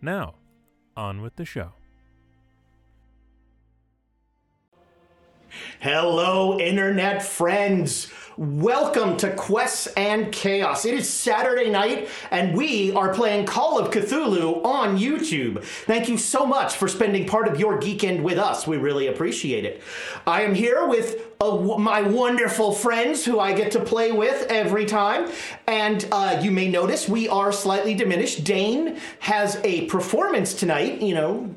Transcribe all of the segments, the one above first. Now, on with the show. Hello, internet friends. Welcome to Quests and Chaos. It is Saturday night, and we are playing Call of Cthulhu on YouTube. Thank you so much for spending part of your geekend with us. We really appreciate it. I am here with uh, w- my wonderful friends who I get to play with every time. And uh, you may notice we are slightly diminished. Dane has a performance tonight, you know,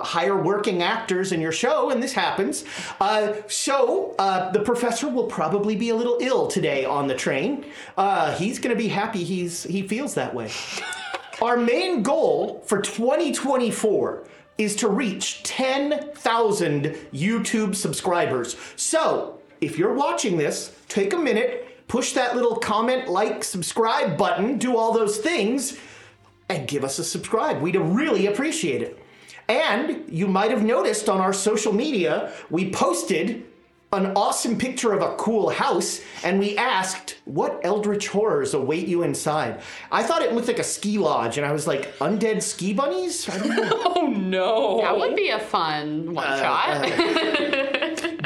hire working actors in your show, and this happens. Uh, so uh, the professor will probably be a little ill today on the train. Uh, he's going to be happy he's, he feels that way. Our main goal for 2024 is to reach 10,000 YouTube subscribers. So, if you're watching this, take a minute, push that little comment, like, subscribe button, do all those things, and give us a subscribe. We'd really appreciate it. And you might have noticed on our social media, we posted an awesome picture of a cool house and we asked what eldritch horrors await you inside i thought it looked like a ski lodge and i was like undead ski bunnies I don't know. Oh no! That would be a fun one Uh, shot.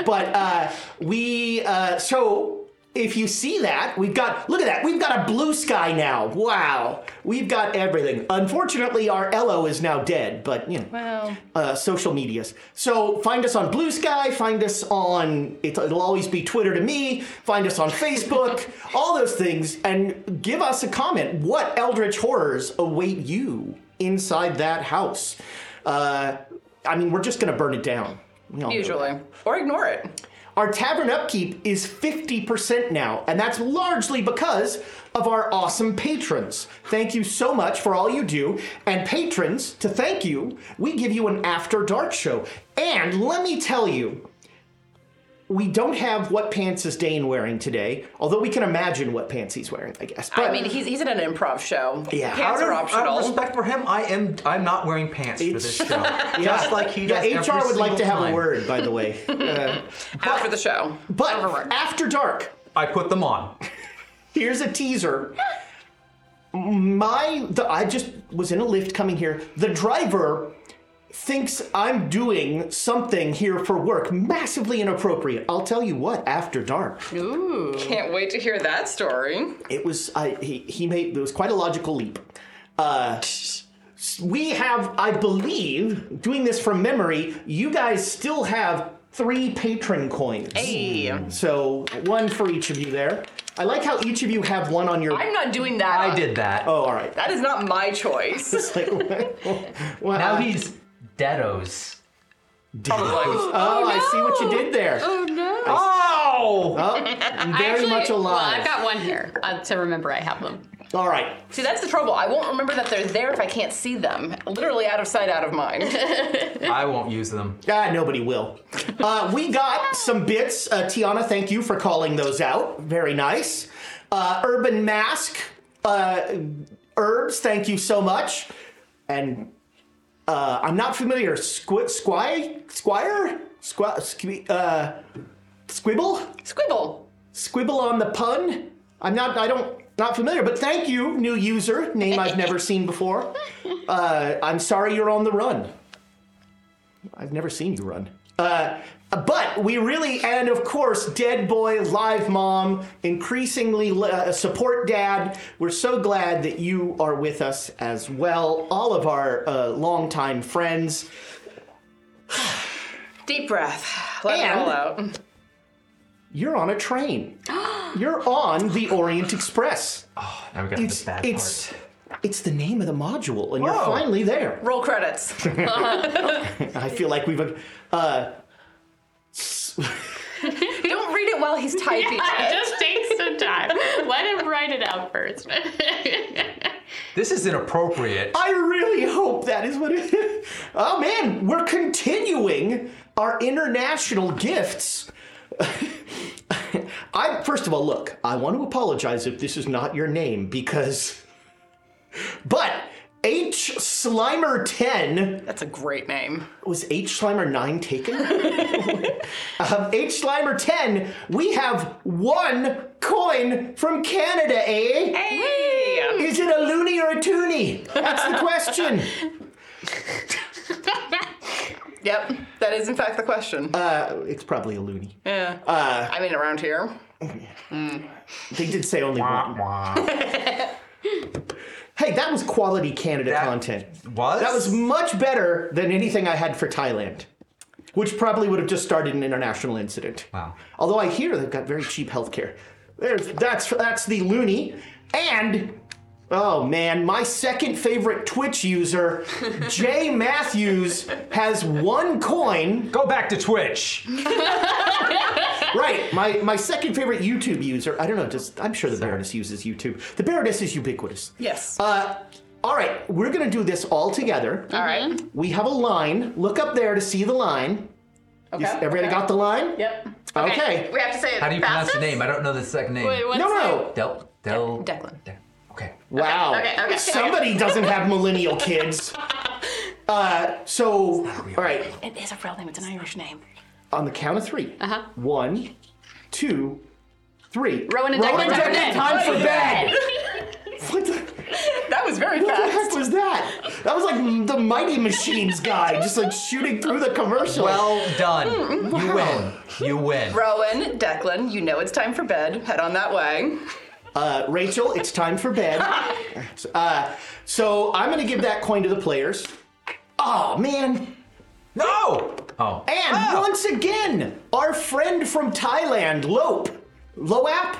but uh, we uh, so if you see that we've got look at that we've got a blue sky now wow we've got everything unfortunately our ello is now dead but you know Well, uh, social medias. So find us on Blue Sky. Find us on it, it'll always be Twitter to me. Find us on Facebook. all those things, and give us a comment. What eldritch horrors await you inside that house? Uh, I mean, we're just gonna burn it down. We all know that. usually, or ignore it. Our tavern upkeep is 50% now, and that's largely because of our awesome patrons. Thank you so much for all you do. And patrons, to thank you, we give you an after dark show. And let me tell you, we don't have what pants is Dane wearing today, although we can imagine what pants he's wearing, I guess. But I mean, he's he's in an improv show. Yeah. pants Out are of- optional. Out of respect for him, I am. I'm not wearing pants for this show. Just like he yeah, does. HR every would like to single have a time. word, by the way. Uh, After the show, but Overword. after dark, I put them on. here's a teaser. My, the, I just was in a lift coming here. The driver thinks I'm doing something here for work, massively inappropriate. I'll tell you what. After dark, can't wait to hear that story. it was I, he he made it was quite a logical leap. Uh, we have, I believe, doing this from memory. You guys still have three patron coins, Hey, I'm so one for each of you there. I like how each of you have one on your. not doing that. I did that. oh, all right. That is not my choice. It's like, well, Now I- he's deados. Probably. Oh, I see what you did there. oh no! Oh! Oh, I'm very Actually, much Well, alive. I've got one here uh, to remember. I have them. All right. See, that's the trouble. I won't remember that they're there if I can't see them. Literally out of sight, out of mind. I won't use them. Ah, nobody will. Uh, we got some bits. Uh, Tiana, thank you for calling those out. Very nice. Uh, Urban Mask, uh, Herbs, thank you so much. And uh, I'm not familiar. Squ- squire? Squire? Squ- squ- uh, squibble? Squibble. squibble on the pun. I'm not. I don't. Not familiar, but thank you, new user name I've never seen before. Uh, I'm sorry you're on the run. I've never seen you run. Uh, but we really, and of course, Dead Boy, Live Mom, increasingly uh, support Dad. We're so glad that you are with us as well. All of our uh, longtime friends. Deep breath. Let it all out. You're on a train. You're on the Orient Express. Now we got it's the bad it's part. Oh. it's the name of the module, and you're Whoa. finally there. Roll credits. I feel like we've. Uh, Don't read it while he's typing. It it. just takes some time. Let him write it out first. This is inappropriate. I really hope that is what it is. Oh man, we're continuing our international gifts. I first of all, look, I want to apologize if this is not your name because but H Slimer 10 That's a great name. was H Slimer 9 taken? um, H Slimer 10, we have one coin from Canada, eh? Hey! Is it a loony or a toonie? That's the question. Yep, that is in fact the question. Uh, it's probably a loony. yeah. I mean, around here. They did say only one. Hey, that was quality Canada That content. Was? That was much better than anything I had for Thailand, which probably would have just started an international incident. Wow. Although I hear they've got very cheap healthcare. There's that's that's the loony, and oh man, my second favorite Twitch user, Jay Matthews, has one coin. Go back to Twitch. Right, my my second favorite YouTube user. I don't know. Just I'm sure the Baroness uses YouTube. The Baroness is ubiquitous. Yes. Uh, all right, we're gonna do this all together. All right. We have a line. Look up there to see the line. Okay. You- Everybody got the line? Yep. Okay. We have to say it How do you pronounce the fastest? name? I don't know the second name. Wait, what's No, no. Del. Del. Declan. De- okay. Wow. okay, okay. Somebody doesn't have millennial kids. Uh, so, all right, It is a real name. It's an Irish name. on the count of three. Uh-huh. One, two, three. Rowan and Declan, time for bed. time for bed. What the, That was very what the heck fast. was that? That was like the Mighty Machines guy, just like shooting through the commercial. Well done. Hmm. You win. You win. Rowan, Declan, you know it's time for bed. Head on that way. Uh, Rachel, it's time for bed. uh, so I'm going to give that coin to the players. Oh, man. No! Oh. And Oh. once again, our friend from Thailand, Lope, Loap,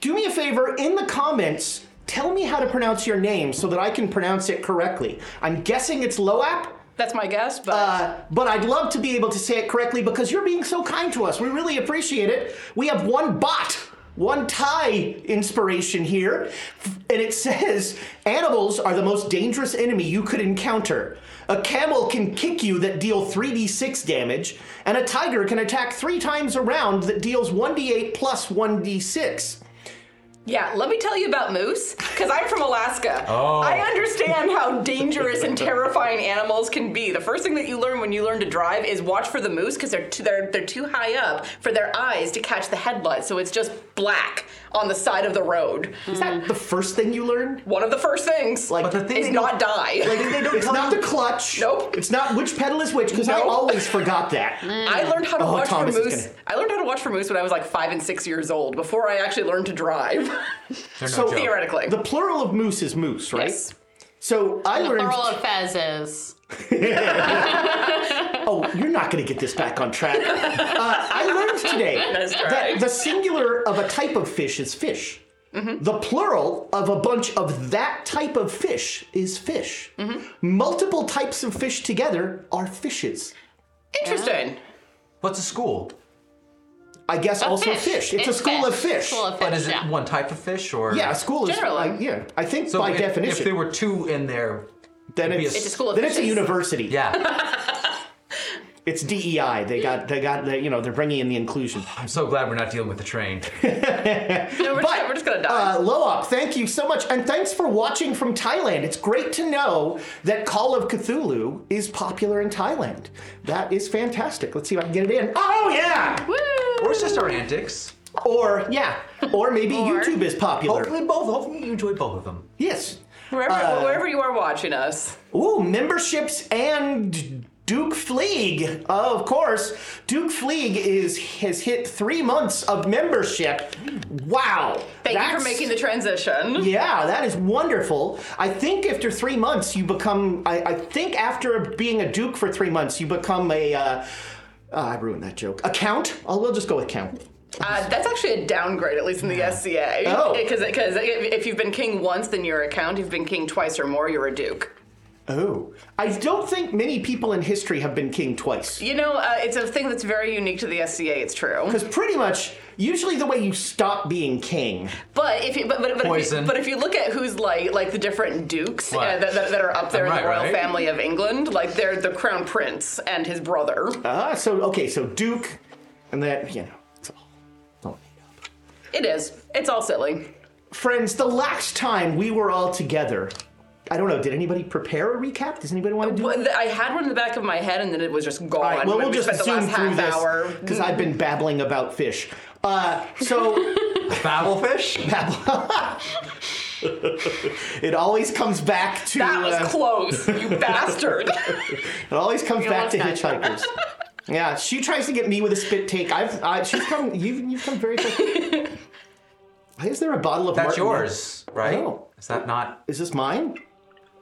do me a favor in the comments, tell me how to pronounce your name so that I can pronounce it correctly. I'm guessing it's Loap, That's my guess, but uh, but I'd love to be able to say it correctly because you're being so kind to us. We really appreciate it. We have one bot, one Thai inspiration here, f- and it says animals are the most dangerous enemy you could encounter. A camel can kick you that deal 3d6 damage, and a tiger can attack three times a round that deals 1d8 plus 1d6. yeah, let me tell you about moose, because I'm from Alaska. Oh. I understand how dangerous and terrifying animals can be. The first thing that you learn when you learn to drive is watch for the moose, because they're too, they're they're too high up for their eyes to catch the headlights, so it's just black on the side of the road. Is that the first thing you learn? One of the first things Like- But the thing is they not die. They don't It's tell not you- the clutch. Nope. It's not which pedal is which because I Nope. always forgot that. I learned how to Oh, watch Thomas for is moose. gonna- I learned how to watch for moose when I was like five and six years old, before I actually learned to drive. So joke. Theoretically. the plural of moose is moose, right? Yes. So I learned. Earl of Fez is. oh, you're not going to get this back on track. Uh, I learned today That's that right. the singular of a type of fish is fish. The plural of a bunch of that type of fish is fish. Multiple types of fish together are fishes. Interesting. What's a school? I guess also fish. fish. It's, a school of fish. School of fish. But is it yeah. one type of fish or? yeah, a school is Generally. like, yeah. I think So by if, definition, If there were two in there, then it'd be it's, a- It's a school of then it's a fishes. university. yeah. It's DEI. They got they got they, you know they're bringing in the inclusion. I'm so glad we're not dealing with the train. No, we're, But, just, we're just gonna die. Uh, Loap, thank you so much, and thanks for watching from Thailand. It's great to know that Call of Cthulhu is popular in Thailand. That is fantastic. Let's see if I can get it in. Oh yeah, or it's just our antics. or yeah, or maybe YouTube is popular. Hopefully both. Hopefully you enjoyed both of them. Yes. wherever, wherever you are watching us. Ooh, memberships and Duke Fleeg. of course, Duke Fleeg is has hit three months of membership. Wow. Thank you That's- for making the transition. Yeah, that is wonderful. I think after three months, you become. I, I think after being a duke for three months, you become a. Uh, uh, I ruined that joke. A count? Oh, we'll just go with count. Uh, that's actually a downgrade, at least in the SCA. Oh. Because if if you've been king once, then you're a count. If you've been king twice or more, you're a duke. Oh, I don't think many people in history have been king twice. You know, uh, it's a thing that's very unique to the SCA. It's true. Because pretty much usually the way you stop being king. But if you, but, but, but, if you, Poison. but if you look at who's like like the different dukes uh, Right. that, that, that are up there in Right, the royal right. family of England, like they're the crown prince and his brother. Uh, so okay, so Duke, and that you know, it's all, it's all made up. It is. It's all silly. Friends, the last time we were all together, I don't know. Did anybody prepare a recap? Does anybody want to do? Well, th- I had one in the back of my head, and then it was just gone. All right, well, when we'll we just spent assume the last through half hour. this because I've been babbling about fish. Uh, so Babblefish? it always comes back to That uh, was close, you bastard. It always comes back what's to that? hitchhikers. yeah, she tries to get me with a spit take. I've I, she's come. You've you've come very. Far. Why is there a bottle of That's Martin- yours, right? know. Is that not? Is this mine?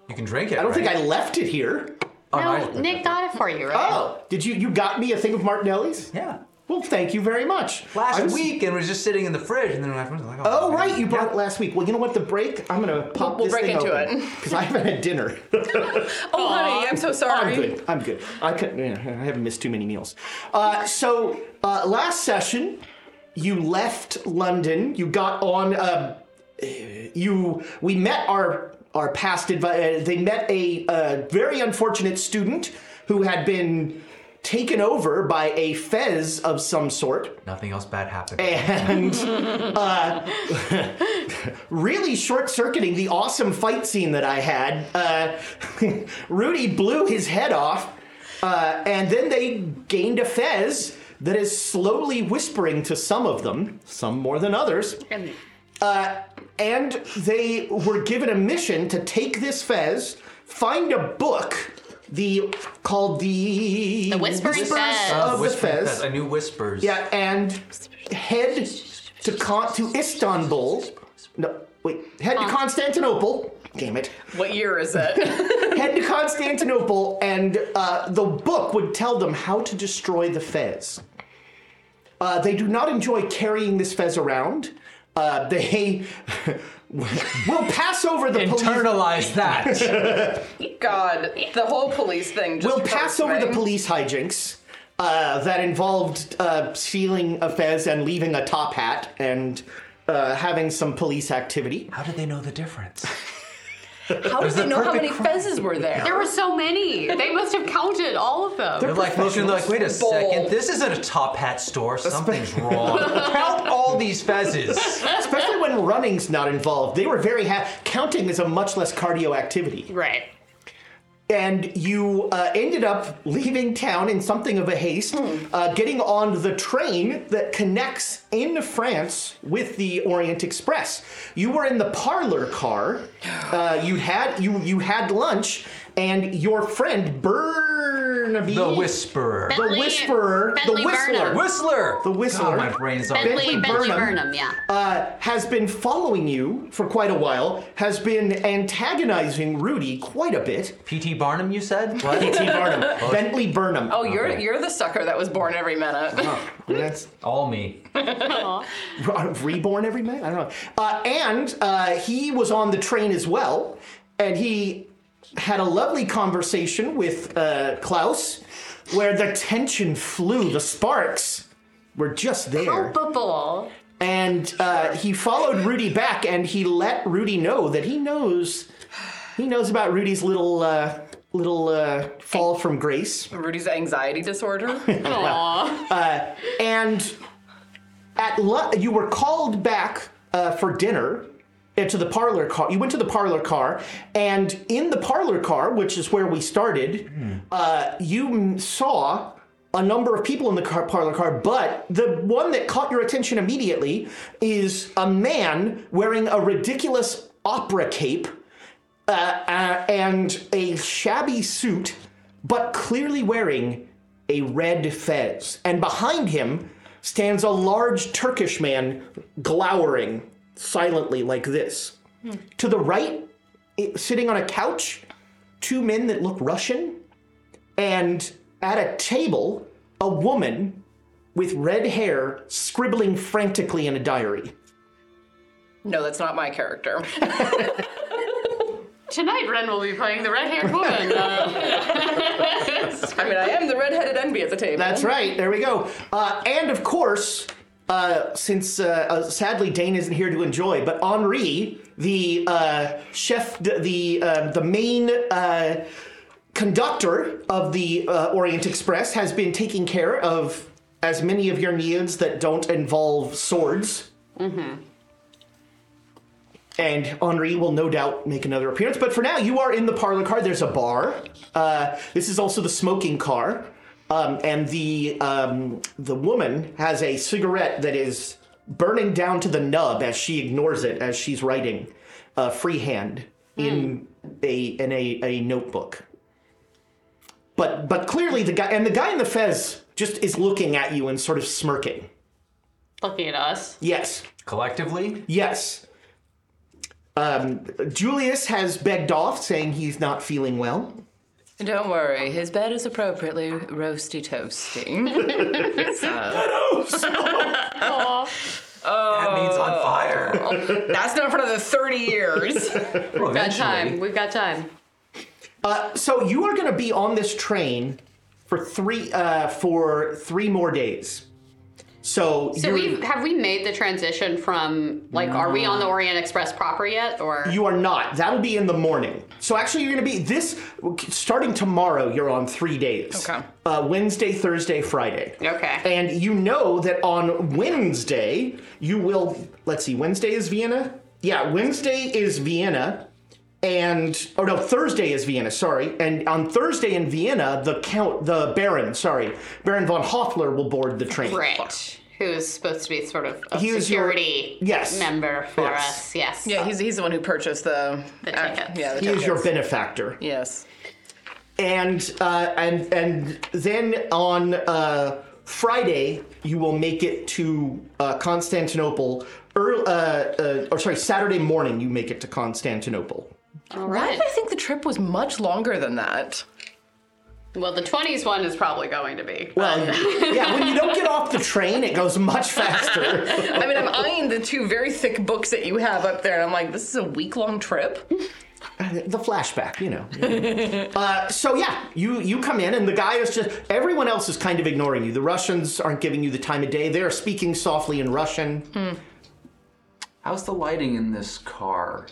You can drink it. Oh, I don't think I left it here. No, Nick got it for you, right? Oh, did you you got me a thing of Martinelli's? Yeah. Well, thank you very much. Last I was- week, and it was just sitting in the fridge, and then I was like, Oh right, you brought it last week. Well, you know what? The break. I'm gonna pop we'll this break thing into open it. because I haven't had dinner. oh, honey, I'm so I'm sorry. good. I'm good. I couldn't. yeah, I haven't missed too many meals. Uh, so uh, last session, you left London. You got on. Uh, you we met our our past advi- uh, They met a, uh very unfortunate student who had been taken over by a fez of some sort Nothing else bad happened. and uh, really short circuiting the awesome fight scene that I had. Uh, Rudy blew his head off, uh, and then they gained a fez that is slowly whispering to some of them, some more than others. And Uh, and they were given a mission to take this fez, find a book. The called the, The Whispering Whispers Fez. of the Uh, Whispering Fez. Fez. I knew whispers. Yeah, and head to Con- to Istanbul. No, wait, head to Constantinople. Damn it. What year is it? Head to Constantinople, and uh, the book would tell them how to destroy the Fez. Uh, they do not enjoy carrying this Fez around. Uh, they will pass over the police. Internalize that. God, the whole police thing. Just We'll pass hurts over the me. police hijinks uh, that involved uh, stealing a fez and leaving a top hat and uh, having some police activity. How did they know the difference? How did was the they know how perfect many fezes were there? there were so many. They must have counted all of them. They're like looking like, wait a Bold. second, this isn't a top hat store. Something's wrong. Count all these fezzes. Especially when running's not involved. They were very happy. Counting is a much less cardio activity. Right. And you uh, ended up leaving town in something of a haste, Hmm. uh, getting on the train that connects in France with the Orient Express. You were in the parlor car. Uh, you had you you had lunch, and your friend Burnaby, The Whisperer. the Bentley- Whisperer, Bentley the Whistler, Burnham. Whistler. the Whistler. God, my brain's on. Bentley, Bentley Bentley Burnham. Burnham. yeah. uh, has been following you for quite a while, has been antagonizing Rudy quite a bit. P.T. Barnum, you said? What? T. Barnum, Bentley Burnham. Oh, you're Okay. you're the sucker that was born every minute. that's All me. re- reborn every minute. I don't know. Uh, and uh, he was on the train as well, and he had a lovely conversation with uh, Klaus, where the tension flew. The sparks were just Oh, there. Culpable. and uh, he followed Rudy back, and he let Rudy know that he knows he knows about Rudy's little uh, little uh, fall from grace, Rudy's anxiety disorder. Aww. and at lu- you were called back uh, for dinner. uh, To the parlor car. You went to the parlor car, and in the parlor car, which is where we started, uh, you m- saw a number of people in the car, parlor car, but the one that caught your attention immediately is a man wearing a ridiculous opera cape uh, uh, and a shabby suit, but clearly wearing a red fez. And behind him stands a large Turkish man glowering silently like this. To the right, i- sitting on a couch, two men that look Russian and at a table, a woman with red hair scribbling frantically in a diary. No, that's not my character. Tonight, Ren will be playing the red-haired woman. Uh, I mean, I am the redheaded envy at the table. That's right. There we go. Uh, and of course, uh, since uh, uh, sadly Dane isn't here to enjoy, but Henri, the uh, chef, d- the uh, the main. Uh, Conductor of the uh, Orient Express has been taking care of as many of your needs that don't involve swords. And Henri will no doubt make another appearance. But for now, you are in the parlor car. There's a bar. Uh, this is also the smoking car. Um, and the um, the woman has a cigarette that is burning down to the nub as she ignores it as she's writing uh, freehand in a in a, a notebook. But but clearly the guy and the guy in the fez just is looking at you and sort of smirking. Looking at us. Yes. Collectively, Yes. Um, Julius has begged off, saying he's not feeling well. Don't worry, his bed is appropriately roasty toasting. that means on fire. That's been for another 30 years. Oh, Well, Got time. We've got time. Uh, so you are going to be on this train for three uh, for three more days. So, So you're- we have we made the transition from like are we on the Orient Express proper yet or you are not. That'll be in the morning. So actually, you're going to be this starting tomorrow. You're on three days. Okay. Uh, Wednesday, Thursday, Friday. okay And you know that on Wednesday, you will. Let's see, Wednesday is Vienna? Yeah, Wednesday is Vienna. And oh no, Thursday is Vienna. Sorry, and on Thursday in Vienna, the count, the Baron, sorry, Baron von Hoffler will board the train. Britt, who's supposed to be sort of a He is your- security yes. member for Yes. us yes yeah, he's, he's the one who purchased the, The uh, tickets. yeah, the He is your tickets. benefactor. Yes. and uh, and and then on uh, Friday you will make it to uh, Constantinople. Early, uh, uh, or sorry, Saturday morning you make it to Constantinople. all Why right did I think the trip was much longer than that? well the 20s one is probably going to be Well, yeah, when you don't get off the train, it goes much faster. I mean, I'm eyeing the two very thick books that you have up there, and I'm like, this is a week long trip. the flashback, you know. uh, so yeah, you you come in and the guy is just everyone else is kind of ignoring you. The Russians aren't giving you the time of day. They are speaking softly in Russian. How's the lighting in this car?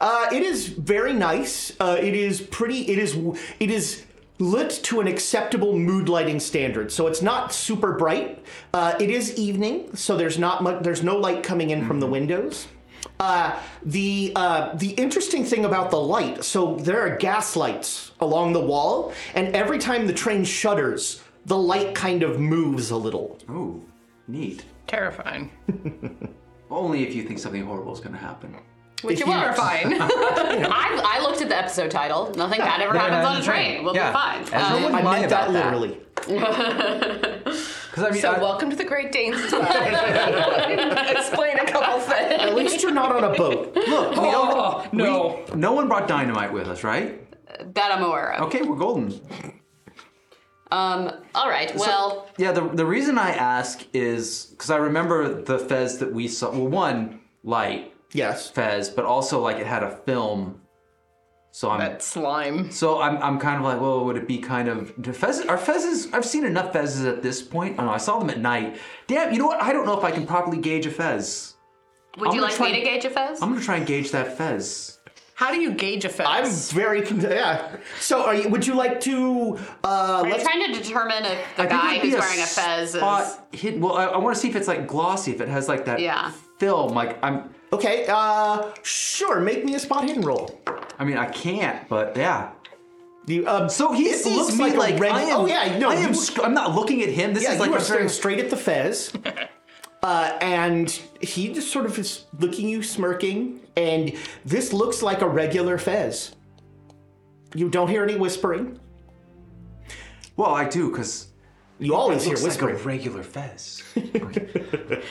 Uh, it is very nice. Uh, it is pretty. It is it is lit to an acceptable mood lighting standard. So it's not super bright. Uh, it is evening, so there's not much. There's no light coming in Mm-hmm. from the windows. Uh, the uh, the interesting thing about the light. So there are gas lights along the wall, and every time the train shudders, the light kind of moves a little. Ooh, neat. Terrifying. Only if you think something horrible is going to happen. which if it you- was fine I, I looked at the episode title nothing bad ever happens on a train we'll Yeah. be As fine no Um, one- I lie meant that about that. literally. Because I mean, So, I- welcome to the Great Danes. Explain a couple things. At least you're not on a boat. Look, we don't. Oh, no. no one brought dynamite with us, right? that I'm aware of Okay, we're golden. um all right well Yeah, the, the reason I ask is because I remember the Fez that we saw. Well, one, light Yes. Fez, but also like it had a film. So I'm That slime. so I'm, I'm kind of like, well, would it be kind of do Fez? Are Fezes? I've seen enough Fezes at this point. Oh, I don't know. I saw them at night. Damn, you know what? I don't know if I can properly gauge a Fez. would I'm you gonna like try- me to gauge a fez I'm gonna try and gauge that Fez. How do you gauge a fence? I'm very con- yeah. So, are you, would you like to? Uh, I'm let's. trying to determine if the I think guy it'd be who's wearing a fez is spot hidden- Well, I, I want to see if it's like glossy, if it has like that Yeah. film. Like I'm. Okay. Uh, sure. Make me a spot hidden roll. I mean, I can't, but yeah. You, um, So he it sees looks me a like, red- I am. oh yeah, no, I am. you- sc- I'm not looking at him. This yeah, is like you are a staring very straight at the fez, uh, and he just sort of is looking you, smirking, and this looks like a regular fez. You don't hear any whispering. Well, I do because You always hear looks like a whispering. regular Fez. The,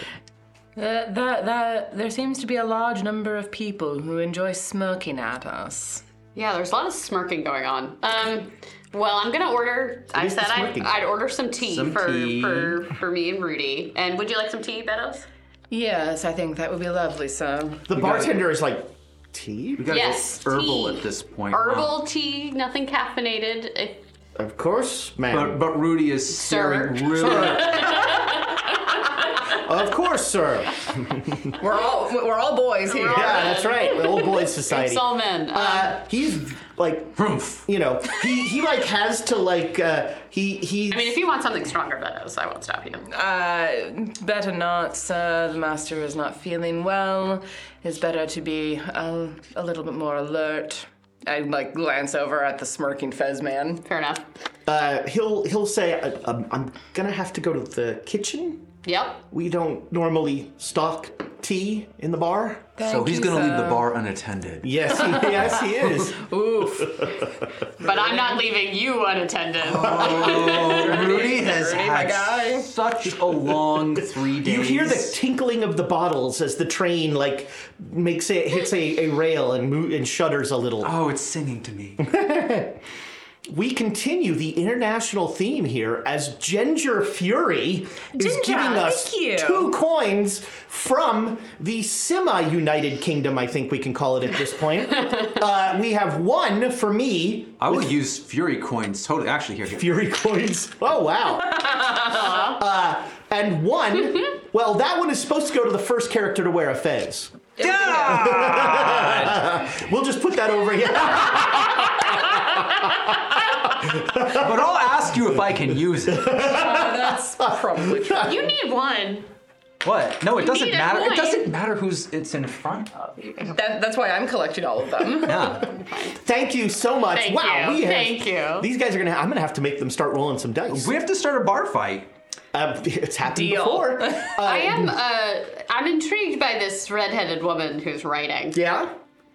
Uh, the, the, there seems to be a large number of people who enjoy smirking at us. Yeah, there's a lot of smirking going on. Um, well, I'm gonna order. I is the said I'd, smirking. I'd order some tea Some for tea. for for me and Rudy. And would you like some tea, Beddoes? Yes, I think that would be lovely, sir. the gotta- bartender is like, tea. We gotta go Yes, herbal tea. at this point. wow. Herbal tea, nothing caffeinated. If, Of course, But, ma'am. but Rudy is staring really. Of course, sir. We're all we're all boys here. Yeah, that's right. The old boys society. It's all men. Uh, he's like, Rumph. you know, he he like has to like uh, he he. I mean, if you want something stronger, Beddoes, I won't stop you. Uh, better not, sir. The master is not feeling well. It's better to be a, a little bit more alert. I like glance over at the smirking fez man. Fair enough. uh, he'll he'll say, uh, um, "I'm gonna have to go to the kitchen. Yep. We don't normally stock tea in the bar." So he's you, gonna leave sir. the bar unattended. Yes, he, yes, he is. But I'm not leaving you unattended. Rudy has Rudy, my had guy. such a long three days. You hear the tinkling of the bottles as the train like makes it hits a, a rail and mo- and shudders a little. Oh, it's singing to me. We continue the international theme here as Ginger Fury is Ginger, giving us thank you. two coins from the semi United Kingdom, I think we can call it at this point. uh, we have one for me, I would use Fury coins totally. Actually, here, here. Fury coins. Oh, wow. Uh, and one, well, that one is supposed to go to the first character to wear a fez. We'll just put that over here. But I'll ask you if I can use it. Oh, That's probably true. you need one. What? No, it doesn't need a matter. coin. It doesn't matter who's it's in front of. That, that's why I'm collecting all of them. Yeah. Thank you so much. Thank wow, you. we have. Thank you. These guys are gonna. I'm gonna have to make them start rolling some dice. We have to start a bar fight. Uh, it's happened Deal. before. Uh, I am. Uh, I'm intrigued by this redheaded woman who's writing. Yeah.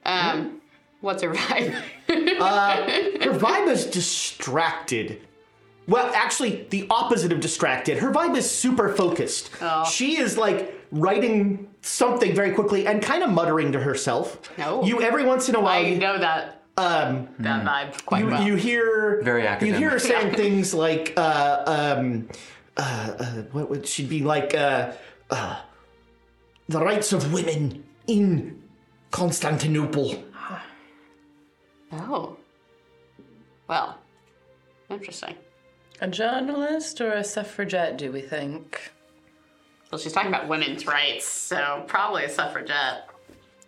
Um, what's her vibe? Her vibe is distracted. Well, actually, the opposite of distracted. Her vibe is super focused. Oh. She is like writing something very quickly and kind of muttering to herself. No. You every once in a while. I know that um, that vibe quite you, well. you hear Very You hear her academic. saying things like, uh, um, uh, uh, what would she be like? Uh, uh, the rights of women in Constantinople. oh. Well. Interesting. A journalist or a suffragette, do we think? Well, she's talking about women's rights, so probably a suffragette.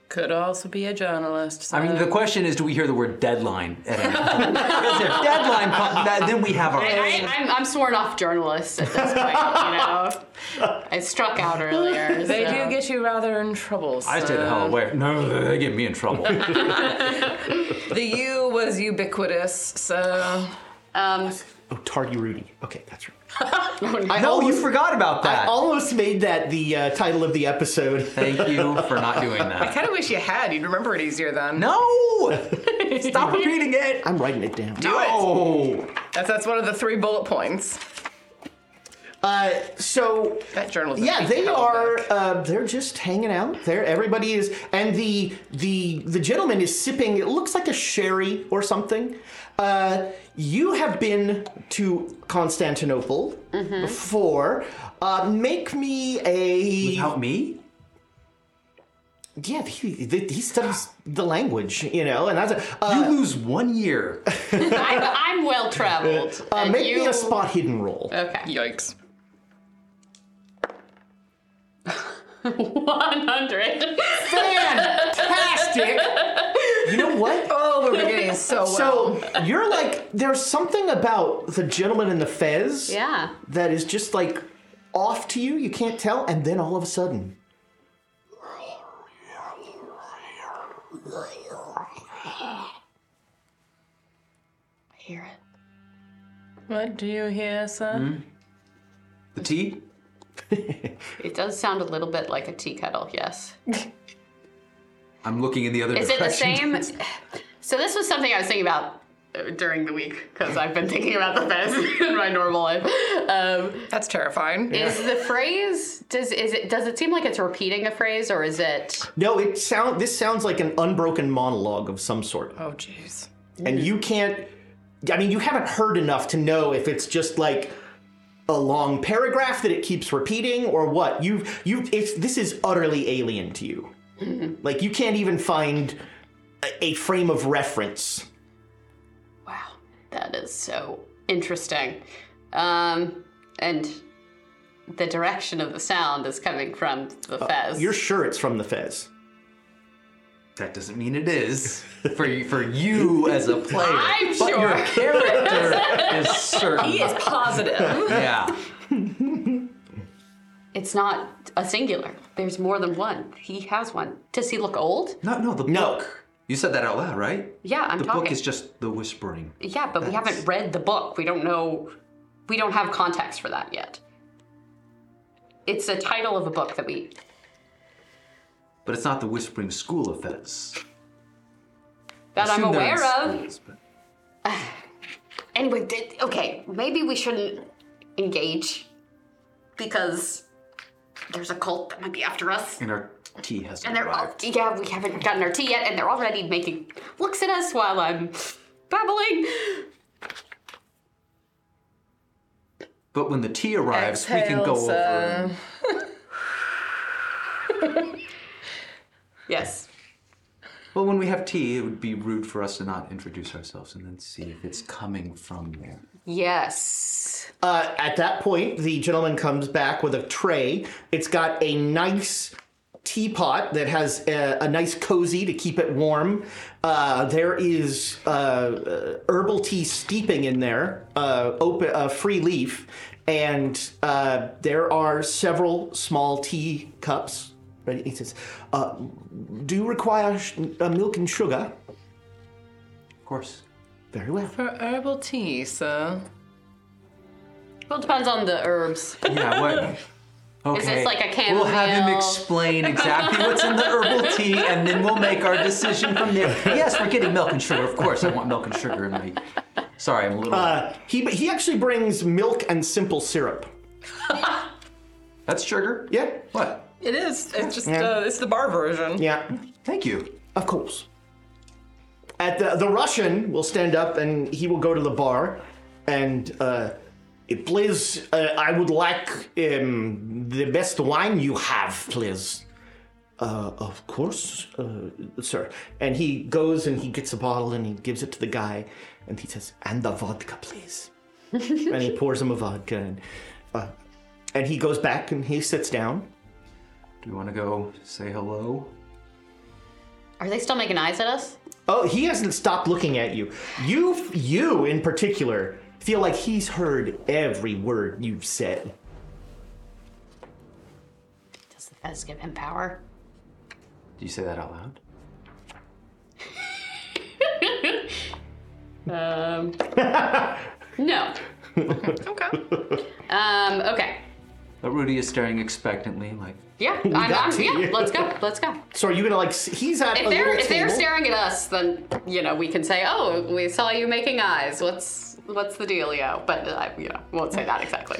Could also be a journalist. I mean, the question is, do we hear the word deadline? At any point? Because if deadline, comes, that- then we have our. I, am I'm sworn off journalist at this point. You know, I struck out earlier. they so. do get you rather in trouble. I stay the hell away. No, they get me in trouble. The U was ubiquitous, so Um, Oh, tardy Rudy. Okay, that's right. no, I no, you almost- forgot about I that. almost made that the uh, title of the episode. Thank you for not doing that. kind of wish you had. You'd remember it easier then. No! Stop repeating it. I'm writing it down. Do it. Oh, That's that's one of the three bullet points. Uh, so That journal. yeah, they are. Uh, they're just hanging out. There, everybody is, and the the the gentleman is sipping. It looks like a sherry or something. Uh, you have been to Constantinople before. Uh, make me a without me? yeah. He, he studies the language, you know, and that's a, uh, You lose one year. I'm, I'm well traveled. uh, and make you, Uh, me a spot hidden roll. Okay, Yikes. one hundred. Fantastic. you know what? Oh, we're beginning so well. So you're like, there's something about the gentleman in the fez yeah. that is just like off to you. You can't tell, and then all of a sudden, Hear it. what do you hear, sir? Hmm? The tea? It does sound a little bit like a tea kettle. Yes. I'm looking in the other Is it the direction. same? So this was something I was thinking about uh, during the week because I've been thinking about the fez in my normal life. Um, That's terrifying. Is the phrase does is it does it seem like it's repeating a phrase or is it no, it sound. This sounds like an unbroken monologue of some sort, Oh, jeez. and you can't. I mean, you haven't heard enough to know if it's just like a long paragraph that it keeps repeating or what. You, you. It's this is utterly alien to you. Like you can't even find a, a frame of reference. wow that is so interesting um and the direction of the sound is coming from the Uh, fez. You're sure it's from the Fez. That doesn't mean it is for you, for you as a player. I'm but sure. your character is certain. He is positive. Yeah. It's not a singular. There's more than one. He has one. Does he look old? No, no, the No. book. You said that out loud, right? Yeah, I'm the talking. book is just the whispering. yeah, but we That's- haven't read the book. We don't know. We don't have context for that yet. It's a title of a book that we. But it's not the whispering school of Fez. that I'm Assume they're in aware of. schools, but- Anyway, did, okay, maybe we shouldn't engage because there's a cult that might be after us. And our tea hasn't And they're all, arrived. yeah, we haven't gotten our tea yet, and they're already making looks at us while I'm babbling. But when the tea arrives, we can go Exhale, over. uh, and- Yes. Well, when we have tea, it would be rude for us to not introduce ourselves and then see if it's coming from there. Yes. Uh, at that point, the gentleman comes back with a tray. It's got a nice teapot that has a, a nice cozy to keep it warm. Uh, there is uh, uh, herbal tea steeping in there, uh, open, uh, free leaf, and uh, there are several small tea cups. Ready? He says, uh, "Do you require sh- uh, milk and sugar?" Of course. Very well. For herbal tea, so. Well, it depends on the herbs. Yeah, what? Okay. Is this like a chamomile? We'll have him explain exactly what's in the herbal tea, and then we'll make our decision from there. Yes, we're getting milk and sugar. Of course, I want milk and sugar in my. Sorry, I'm a little. He he actually brings milk and simple syrup. That's sugar. Yeah. What? it is. It's just uh, it's the bar version. Yeah. Thank you. Of course. At the the Russian will stand up and he will go to the bar, and uh, please, uh, I would like um, the best wine you have, please. Uh, of course, uh, sir. And he goes and he gets a bottle and he gives it to the guy, and he says, "And the vodka, please." and he pours him a vodka, and uh, and he goes back and he sits down. Do you want to go say hello? Are they still making eyes at us? Oh, he hasn't stopped looking at you. You, you in particular, feel like he's heard every word you've said. Does the fez give him power? Do you say that out loud? Um. no. Okay. Um. Okay. But Rudy is staring expectantly, like Yeah. I'm, got I'm, tea. yeah. Let's go. Let's go. So are you gonna like? s- He's at If a they're little if they're table. staring at us, then you know we can say, "Oh, we saw you making eyes. What's what's the dealio?" But I, you know, won't say that exactly.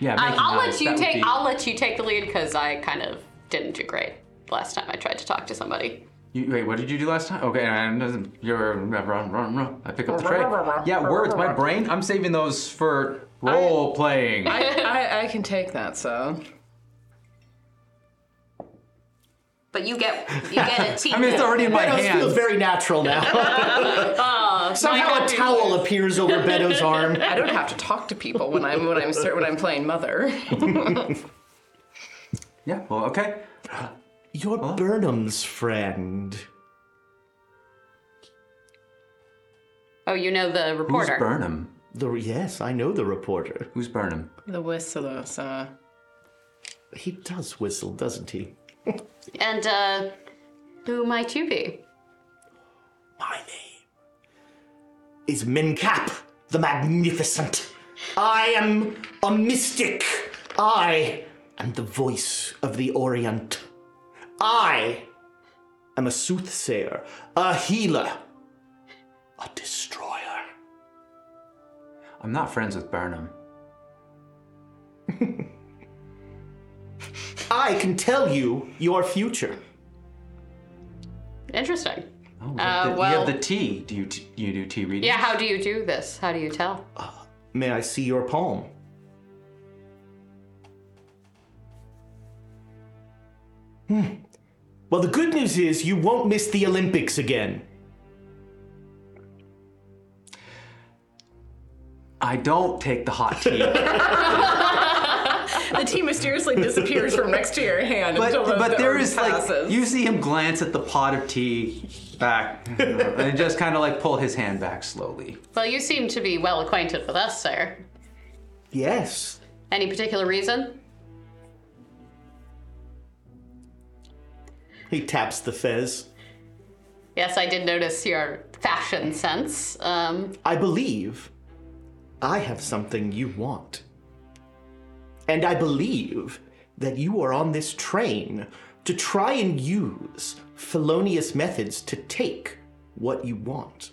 yeah. Um, making I'll eyes. let you That would take be- I'll let you take the lead because I kind of didn't do great last time I tried to talk to somebody. You, wait, what did you do last time? Okay, I doesn't. You're run, run, run. I pick up the tray. Yeah, words. My brain. I'm saving those for role playing. I, I, I can take that, so. But you get you get a team. I mean, it's already in my Beddoes hands. feels very natural now. Oh, Somehow a towel appears over Beddoes' arm. I don't have to talk to people when I'm when I'm cer- when I'm playing mother. Yeah. Well, okay. You're Burnham's friend. Oh, you know the Who's reporter. Burnham? The yes, I know the reporter. Who's Burnham? the uh, whistler, so. He does whistle, doesn't he? And uh, who might you be? My name is Mincap the Magnificent. I am a mystic. I am the voice of the Orient. I am a soothsayer, a healer, a destroyer. I'm not friends with Burnham. I can tell you your future. Interesting. Oh, we Uh, have the, well- you have the tea. Do you t- you do tea reading? Yeah. How do you do this? How do you tell? May I see your palm? Hmm. Well, the good news is you won't miss the Olympics again. I don't take the hot tea. The tea mysteriously disappears from next to your hand until But the, but the there urn is passes. like you see him glance at the pot of tea back and just kind of like pull his hand back slowly. Well, you seem to be well acquainted with us, sir. Yes. Any particular reason? He taps the fez. Yes, I did notice your fashion sense. Um, I believe I have something you want. And I believe that you are on this train to try and use felonious methods to take what you want.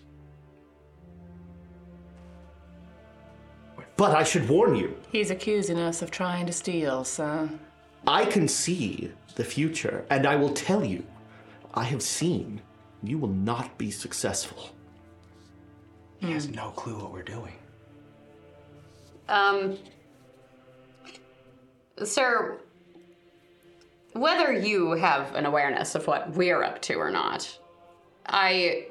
But I should warn you, He's accusing us of trying to steal, so I can see the future, and I will tell you, I have seen you will not be successful. He has no clue what we're doing. um, sir, whether you have an awareness of what we're up to or not, I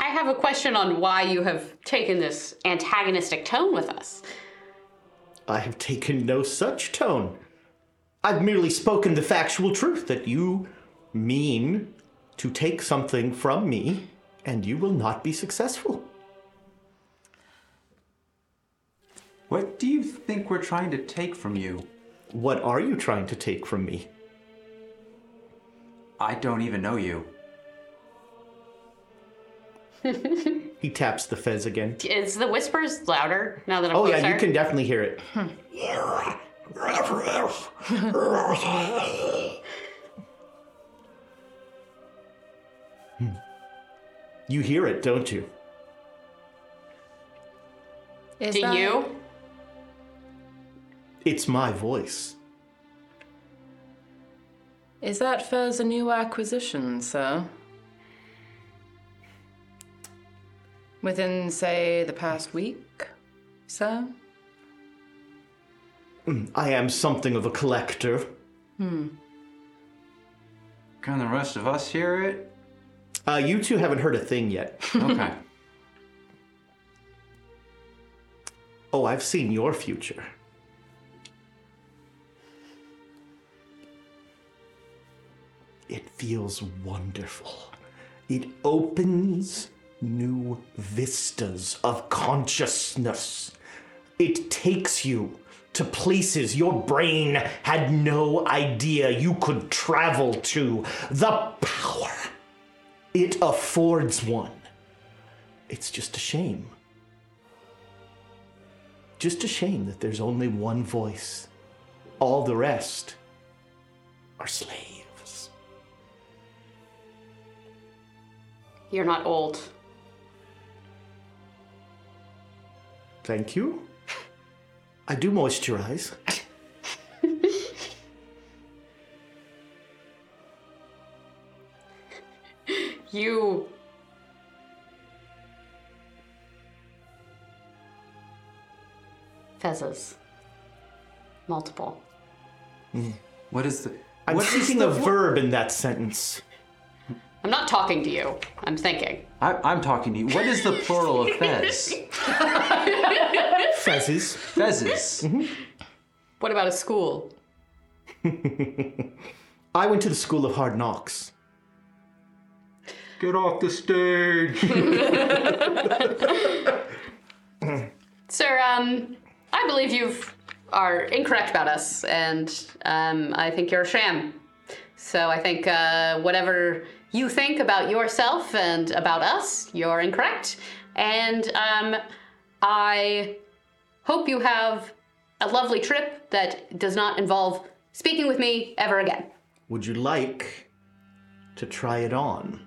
I have a question on why you have taken this antagonistic tone with us. I have taken no such tone. I've merely spoken the factual truth that you mean to take something from me, and you will not be successful. What do you think we're trying to take from you? What are you trying to take from me? I don't even know you. He taps the fez again. Is the whispers louder now that I'm Oh, closer? yeah, you can definitely hear it. Hmm. you hear it, don't you? is Do that- you? It's my voice. Is that fez a new acquisition, sir? Within, say, the past week, sir? I am something of a collector. Can the rest of us hear it? Uh, you two haven't heard a thing yet. Okay. Oh, I've seen your future. It feels wonderful. It opens new vistas of consciousness. It takes you to places your brain had no idea you could travel to. The power it affords one. It's just a shame just a shame that there's only one voice. All the rest are slaves. You're not old. Thank you. I do moisturize. You. Fezzes. Multiple. What is the? I'm what is seeking the a vo- verb in that sentence. I'm not talking to you. I'm thinking. I, I'm talking to you. What is the plural of fez? Fezzes. Fezes. What about a school? I went to the school of hard knocks. Get off the stage. Sir, um, I believe you are incorrect about us, and um, I think you're a sham. So I think uh, whatever you think about yourself and about us, you're incorrect. And um, I hope you have a lovely trip that does not involve speaking with me ever again. Would you like to try it on?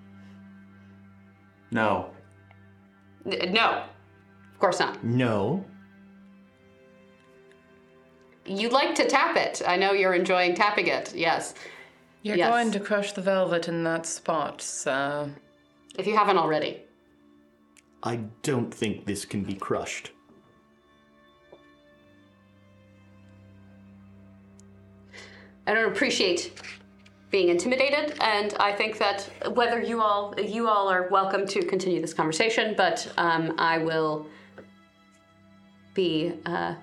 No. N- no, of course not. No. You like to tap it. I know you're enjoying tapping it, yes. You're Yes. going to crush the velvet in that spot, sir. If you haven't already. I don't think this can be crushed. I don't appreciate being intimidated, and I think that whether you all you all are welcome to continue this conversation, but um, I will be. Uh,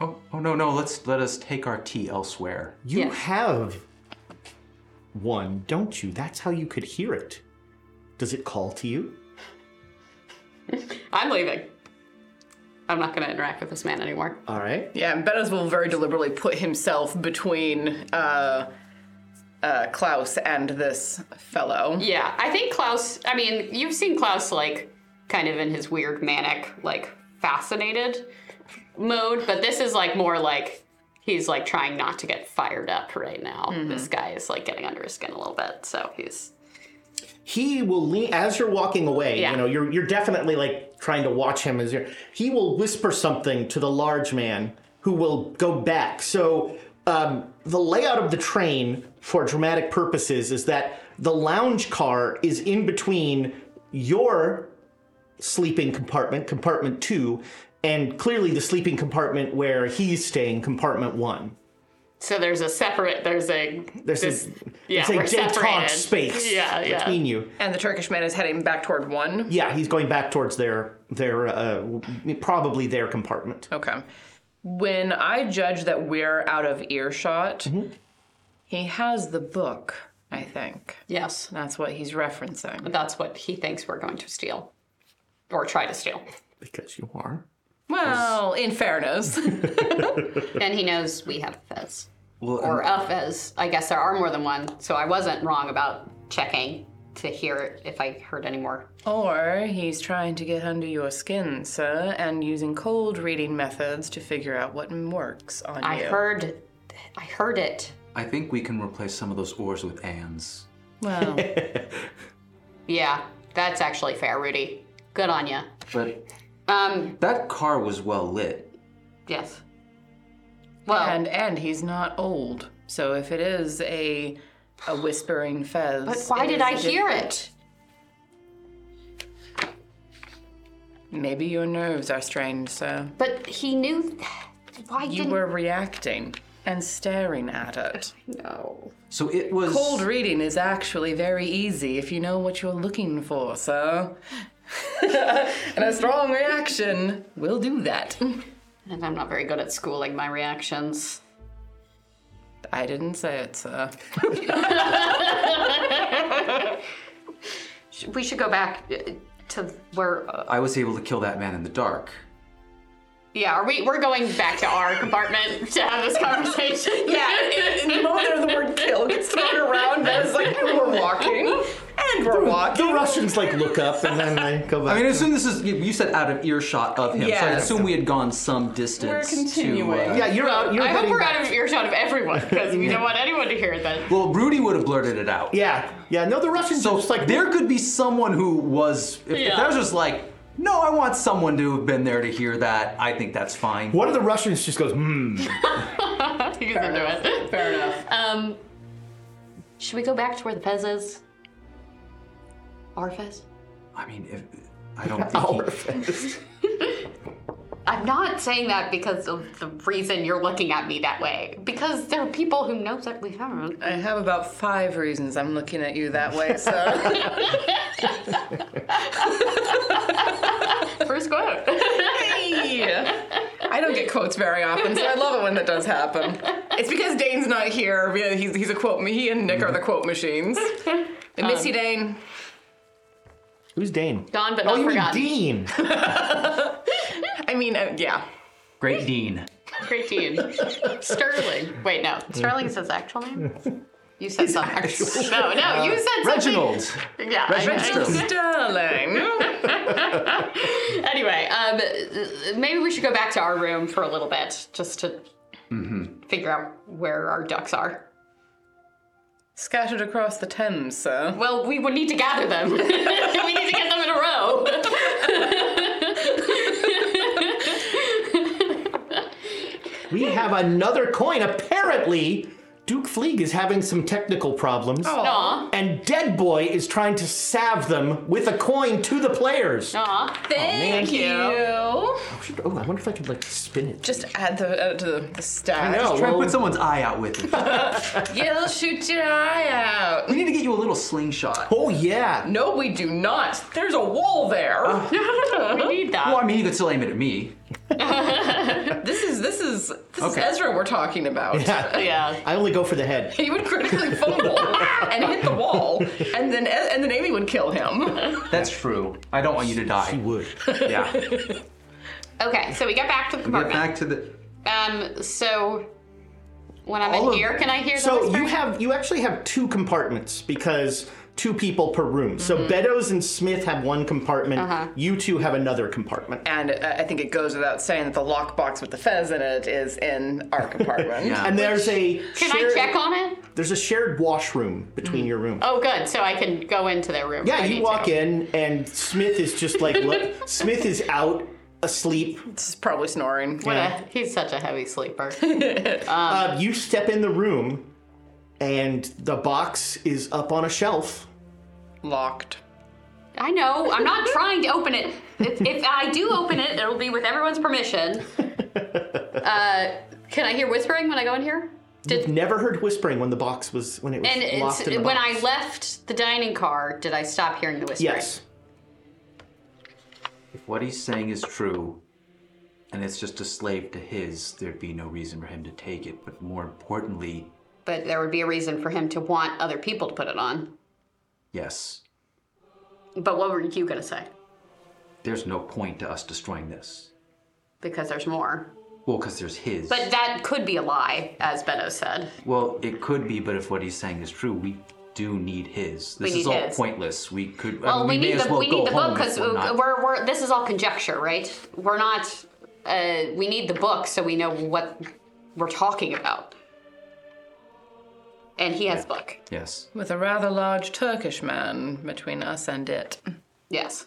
Oh, oh no, no. Let's let us take our tea elsewhere. You Yes. have one, don't you? That's how you could hear it. Does it call to you? I'm leaving. I'm not going to interact with this man anymore. All right. Yeah, and Bettis will very deliberately put himself between uh, uh, Klaus and this fellow. Yeah, I think Klaus. I mean, you've seen Klaus like kind of in his weird manic, like fascinated mode, but this is like more like he's like trying not to get fired up right now. This guy is like getting under his skin a little bit, so he's He will lean as you're walking away. Yeah. You know, you're you're definitely like trying to watch him as you're. He will whisper something to the large man, who will go back. So um, the layout of the train, for dramatic purposes, is that the lounge car is in between your sleeping compartment, compartment two, and clearly the sleeping compartment where he's staying, compartment one. so there's a separate there's a There's this, a yeah there's we're a detente separated space yeah yeah between you. And the Turkish man is heading back toward one. Yeah, he's going back towards their their uh, probably their Oh. compartment. Okay. When I judge that we're out of earshot, Mm-hmm. he has the book, I think. yes That's what he's referencing. that's what he thinks we're going to steal or try to steal. Because you are. Well, in fairness. And he knows we have Fez. Well, um, or a Fez. I guess there are more than one, so I wasn't wrong about checking to hear if I heard any more. or he's trying to get under your skin, sir, and using cold reading methods to figure out what works on I you. heard, I heard it. I think we can replace some of those oars with ands. Well, Yeah, that's actually fair, Rudy. Good on you. But Um, that car was well lit. yes. Well, and and he's not old, so if it is a a whispering fez. but why did is I hear different. it? Maybe your nerves are strained, sir. But he knew. Why You didn't? were reacting and staring at it. no. So it was Cold reading is actually very easy if you know what you're looking for, sir. and a strong reaction will do that. And I'm not very good at schooling my reactions. I didn't say it, sir. Sh- We should go back uh, to where. Uh, I was able to kill that man in the dark. yeah, are we? We're going back to our compartment to have this conversation. in the moment the word kill gets thrown around, that is like we're walking and we're walking. The Russians like look up and then they go back. I mean, I assume this is you- you said out of earshot of him, so I Yes. assume we had gone some distance. We're continuing. To, uh, yeah, you're out. You're Um, I hope heading we're back. out of earshot of everyone because we don't want anyone to hear that. Well, Rudy would have blurted it out. Yeah, yeah. No, the Russians are So just like there could be someone who was. If, if Yeah. there's just like, no, I want someone to have been there to hear that. I think that's fine. One of the Russians just goes, hmm. You guys don't do it. Fair enough. Um, should we go back to where the Fez is? Our Fez? I mean, if I don't Our think. he- fist. I'm not saying that because of the reason you're looking at me that way. Because there are people who know that we haven't. I have about five reasons I'm looking at you that way, so First quote. I don't get quotes very often, so I love it when that does happen. It's because Dane's not here. Yeah, He's, he's a quote. He and Nick are the quote machines. I miss you, Dane. Who's Dane? Gone but Oh, not you mean forgotten. Dean? I mean, uh, yeah. Great Dean. Great team. Sterling. Wait, no. Sterling's his actual name? You said something. No, no, you said Reginald. something. Yeah, I- Reginald Sterling. Sterling. Anyway, um, uh, maybe we should go back to our room for a little bit just to Mm-hmm. figure out where our ducks are. Scattered across the Thames, sir. Well, we would need to gather them. we need to get them in a row. We have another coin. Apparently, Duke Fleeg is having some technical problems. Aw, And Dead Boy is trying to salve them with a coin to the players. aw. Thank you. I should- Oh, I wonder if I could like spin it. Just add the uh, to the, the stat. I know. Try to well, put someone's eye out with it. You'll shoot your eye out. we need to get you a little slingshot. oh yeah. No, we do not. There's a wall there. We need that. Well, I mean, you could still aim it at me. is this is this Okay. is Ezra we're talking about. Yeah. I only go for the head. He would critically fumble and hit the wall, and then and then Amy would kill him. That's true. I don't want you to die. She would. Yeah. Get Okay, so we get back to the compartment. back to the. Um, so when I'm All in of- here, can I hear the So whisper? you have you actually have two compartments because two people per room. So Mm-hmm. Beddoes and Smith have one compartment. Uh-huh. You two have another compartment. And uh, I think it goes without saying that the lockbox with the fez in it is in our compartment. And there's a can shared- I check on it? There's a shared washroom between your rooms. Oh, good. So I can go into their room. Yeah, you walk in and Smith is just like look, Smith is out asleep. It's probably snoring. Yeah. Uh, He's such a heavy sleeper. Uh, you step in the room and the box is up on a shelf. Locked. I know. I'm not trying to open it. If, if I do open it, it'll be with everyone's permission. Uh, can I hear whispering when I go in here? Did Never heard whispering when the box was when it was and locked it's, in the when box. I left the dining car, did I stop hearing the whispering? Yes. If what he's saying is true, and it's just a slave to his, there'd be no reason for him to take it. But more importantly, But there would be a reason for him to want other people to put it on. yes, But what were you gonna say? there's no point to us destroying this. Because there's more. Well, because there's his. But that could be a lie, as Beto said. well, it could be, but if what he's saying is true, we do need his. This need is all his. pointless. We could. I mean, Well, Oh, we, we, may need as the well we go need the book home if because we're not- we're, we're, this is all conjecture, right? We're not. Uh, we need the book so we know what we're talking about. And he has book. Yes. With a rather large Turkish man between us and it. Yes.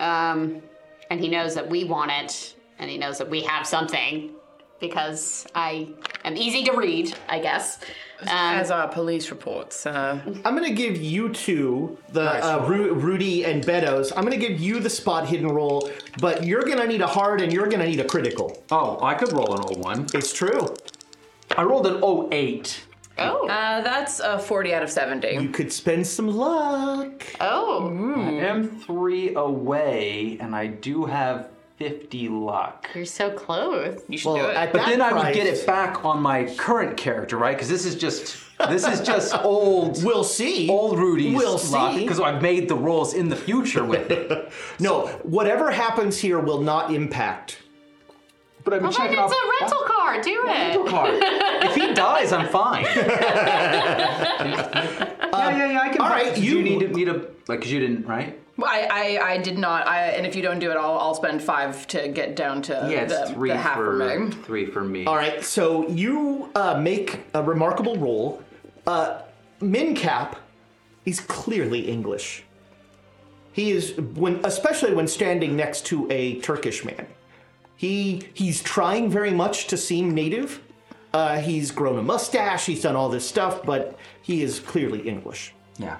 Um, and he knows that we want it, and he knows that we have something because I am easy to read, I guess. As our police reports. Uh, I'm gonna give you two, the uh, Ru- Rudy and Beddoes. I'm gonna give you the spot hidden roll, but you're gonna need a hard and you're gonna need a critical. Oh, I could roll an 01. It's true. I rolled an 08. Oh, uh, that's a 40 out of 70. You could spend some luck. oh, I am three away, and I do have 50 luck. you're so close. You should do it. at But that then I would price- get it back on my current character, right? Because this is just this is just old We'll see. old Rudy's We'll see. Because I've made the rolls in the future with it. No, whatever happens here will not impact. But I've been Well, then checking it's off a rental car. Do rental it. car. if he dies, I'm fine. yeah, yeah, yeah. I can. all buy- right, do you- need to need a like 'cause you didn't right. I, I, I did not. I, and if you don't do it, I'll, I'll spend five to get down to Yeah, it's the, three the half for remaining. three for me. All right, so you uh, make a remarkable roll. Uh, Mincap is clearly English. He is when, especially when standing next to a Turkish man. He he's trying very much to seem native. Uh, he's grown a mustache. He's done all this stuff, but he is clearly English. Yeah.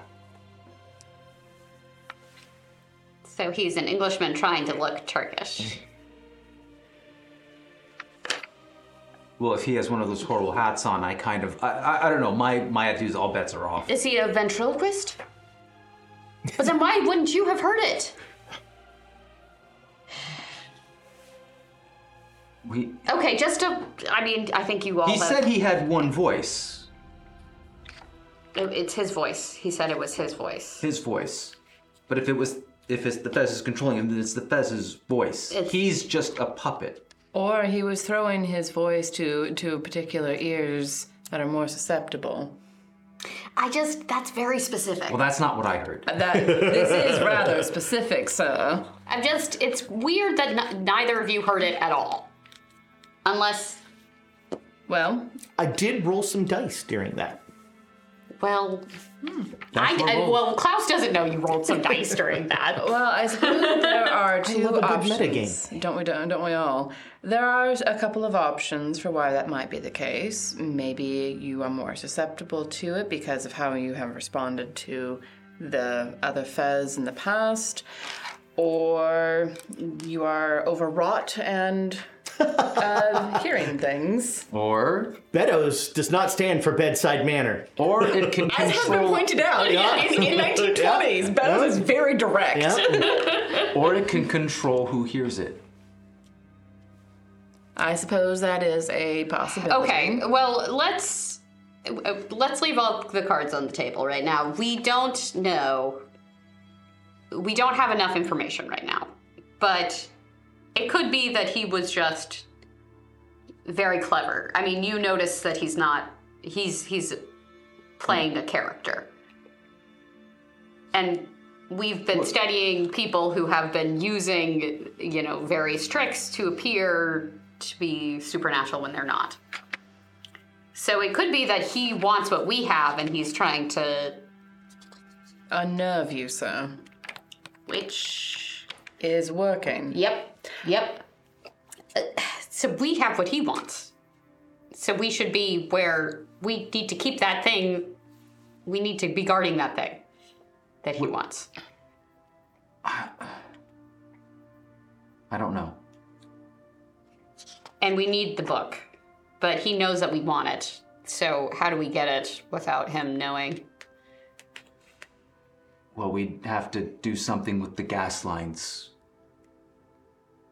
So he's an Englishman trying to look Mm. Turkish. Well, if he has one of those horrible hats on, I kind of I, I, I don't know. My my attitude is all bets are off. Is he a ventriloquist? But then why wouldn't you have heard it? We, Okay, just a. I mean, I think you all. he said he had one voice, it's his voice. He said it was his voice. his voice. But if it was if it's the Fez is controlling him, then it's the Fez's voice. It's- He's just a puppet. Or he was throwing his voice to, to particular ears that are more susceptible. I just. That's very specific. Well, that's not what I heard. That This is rather specific, sir. I'm just, it's weird that n- neither of you heard it at all. Unless, Well, I did roll some dice during that. well, I, I- well, Klaus doesn't know you rolled some dice during that. Well, I suppose there are two love a good options. metagame. Don't we? Don't, don't we all? There are a couple of options for why that might be the case. Maybe you are more susceptible to it because of how you have responded to the other fez in the past, or you are overwrought and uh, hearing things. Or Beddoes does not stand for bedside manner. or it can control out, in- in 1920s, Yeah. Beddoes Yeah. is very direct. Yeah. or it can control who hears it. I suppose that is a possibility. Oh, Okay. Well, let's uh, let's leave all the cards on the table right now. We don't know. We don't have enough information right now, but it could be that he was just very clever. I mean, you notice that he's not. He's he's playing a character, and we've been studying people who have been using you know various tricks to appear to be supernatural when they're not. So it could be that he wants what we have and he's trying to. Unnerve you, sir, Which. is working. Yep. Yep. Uh, So we have what he wants. So we should be where we need to keep that thing. We need to be guarding that thing that he wants. I don't know. And we need the book. But he knows that we want it. So how do we get it without him knowing? Well, we'd have to do something with the gas lines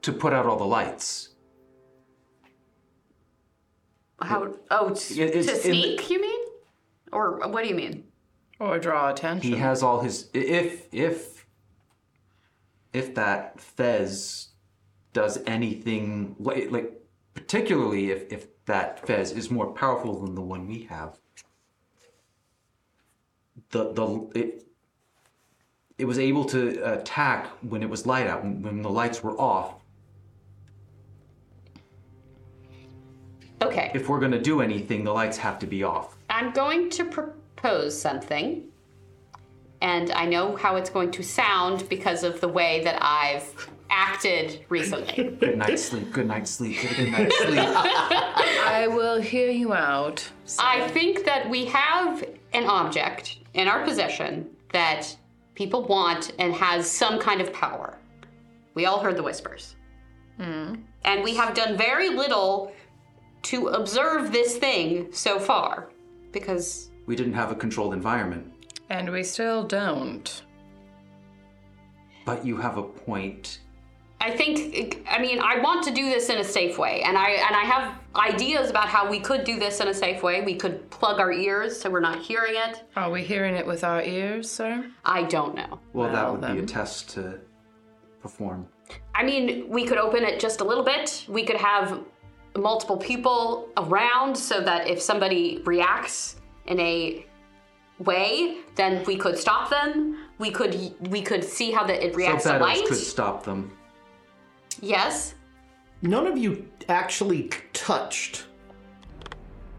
to put out all the lights. How? Oh, t- It- it's to in the- sneak? you mean? Or what do you mean? Or draw attention. He has all his i- if if if that Fez does anything like, like particularly if if that Fez is more powerful than the one we have. The the it it was able to attack when it was light out when, when the lights were off. Okay. If we're gonna do anything, the lights have to be off. I'm going to propose something. And I know how it's going to sound because of the way that I've acted recently. Good night sleep. Good night sleep. Good night sleep. I will hear you out. I think that we have an object in our possession that people want and has some kind of power. We all heard the whispers. And we have done very little to observe this thing so far because we didn't have a controlled environment. And we still don't. But you have a point. I think I mean I want to do this in a safe way, and I and I have ideas about how we could do this in a safe way. We could plug our ears so we're not hearing it. Are we hearing it with our ears, sir? I don't know. Well, that Well, would be a then. test to perform. I mean, we could open it just a little bit. We could have multiple people around so that if somebody reacts in a way, then we could stop them. We could we could see how that it reacts to Subtitles light. could stop them. Yes. None of you actually touched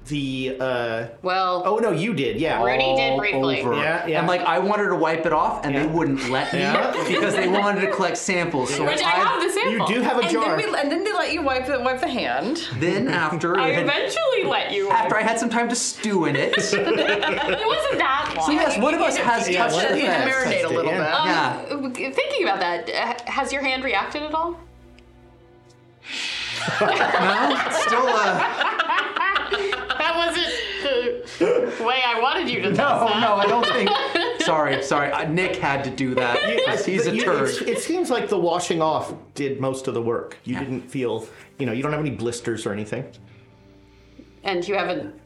the. Uh, Well, oh no, you did. Yeah. Rudy did All briefly. over. Yeah, yeah. And like, I wanted to wipe it off, and they wouldn't let me Yeah. because they wanted to collect samples. So Which I have the sample. You do have a And jar. then, we, and then they let you wipe the, wipe the hand. then after I it had- eventually let you. after I had some time to stew in it. so It wasn't that long. yes, one of us has Yeah, touched one the of you had fence. marinade a little Yeah. bit. Um, Yeah. Thinking about that, uh, has your hand reacted at all? Still, uh, That wasn't the way I wanted you to. No. oh no, I don't think. Sorry, sorry. Uh, Nick had to do that because he's But a you- turd. it's- It seems like the washing off did most of the work. You didn't feel, you know, you don't have any blisters or anything. And you haven't.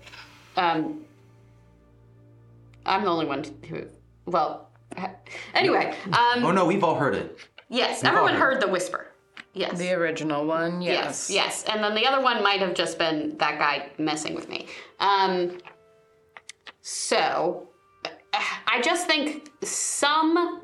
Um, I'm the only one who. Well, ha- anyway. Um, Oh no, we've all heard it. yes, everyone heard. heard the whisper. Yes. The original one, yes. Yes, yes. And then the other one might have just been that guy messing with me. Um, so I just think some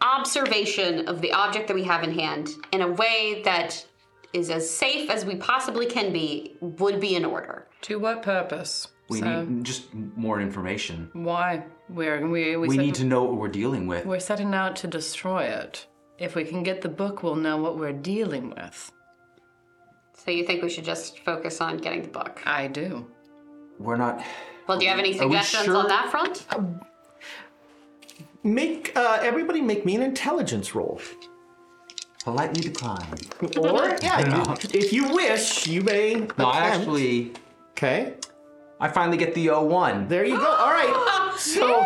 observation of the object that we have in hand in a way that is as safe as we possibly can be would be in order. To what purpose? We so need just more information. why? We're, we, we, We set- need to know what we're dealing with. we're setting out to destroy it. If we can get the book, we'll know what we're dealing with. So you think we should just focus on getting the book? I do. We're not. Well, do you have any suggestions sure? on that front? Make uh, everybody make me an intelligence roll, Politely decline. or yeah, you- if you wish, you may. No, I attempt. actually, Okay, I finally get the 01. there you go. All right. So,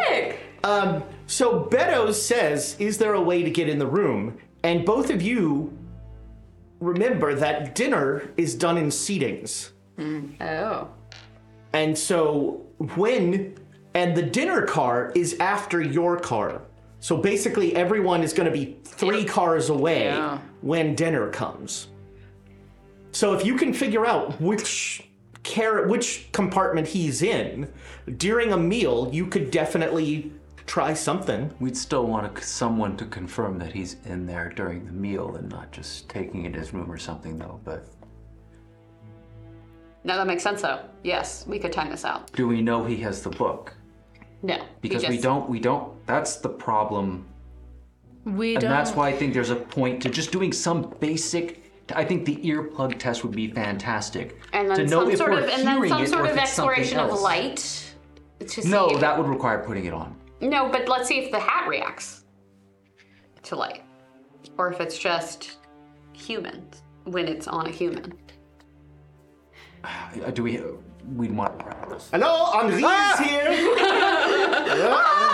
um, so Beddoes says, "Is there a way to get in the room?" And both of you remember that dinner is done in seatings. Oh. And so when and the dinner car is after your car. So basically everyone is going to be 3 cars away Yeah. when dinner comes. So if you can figure out which car which compartment he's in during a meal, you could definitely try something. We'd still want to, someone to confirm that he's in there during the meal and not just taking it as room or something, though. But No, that makes sense though. Yes, we could time this out. do we know he has the book? No. Because we just- don't. We don't. That's the problem. We And don't. that's why I think there's a point to just doing some basic. I think the earplug test would be fantastic. And to then know some if sort we're of and then hearing some it sort or if of it's something exploration of else. light to see No, if- that would require putting it on. No, but let's see if the hat reacts to light. Or if it's just humans when it's on a human. Uh, Do we? We'd want to practice. Hello, Henri's here.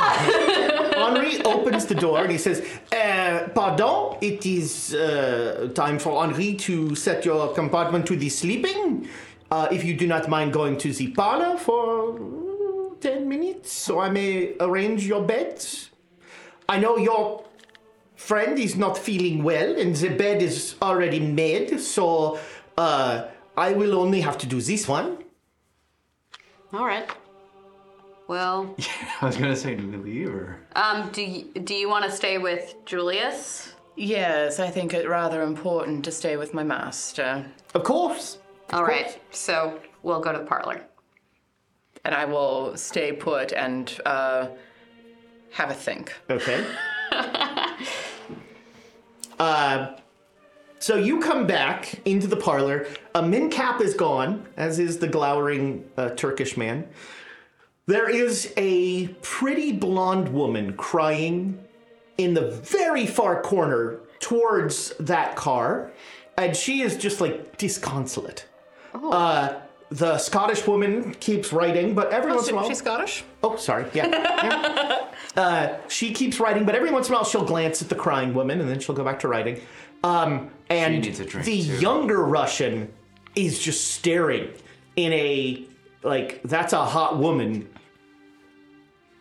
Henri opens the door and he says, uh, Pardon, it is uh, time for Henri to set your compartment to the sleeping. Uh, if you do not mind going to the parlor for uh, 10 minutes, so I may arrange your bed. I know your friend is not feeling well, and the bed is already made, so uh, I will only have to do this one. All right. Well, I was gonna say, do we leave or? um, do you, do you want to stay with Julius? Yes, I think it rather important to stay with my master, Of course. All right. So we'll go to the parlor. and I will stay put and uh, have a think. Okay. uh, so you come back into the parlor. A min cap is gone, as is the glowering uh, Turkish man. There is a pretty blonde woman crying in the very far corner towards that car, and she is just like disconsolate. Oh. Uh, the Scottish woman keeps writing, but every once in a while, She's Scottish. Oh, sorry. Yeah. Yeah. uh, she keeps writing, but every once in a while she'll glance at the crying woman and then she'll go back to writing. Um, and needs a drink, the too. younger Russian is just staring in a, like, that's a hot woman.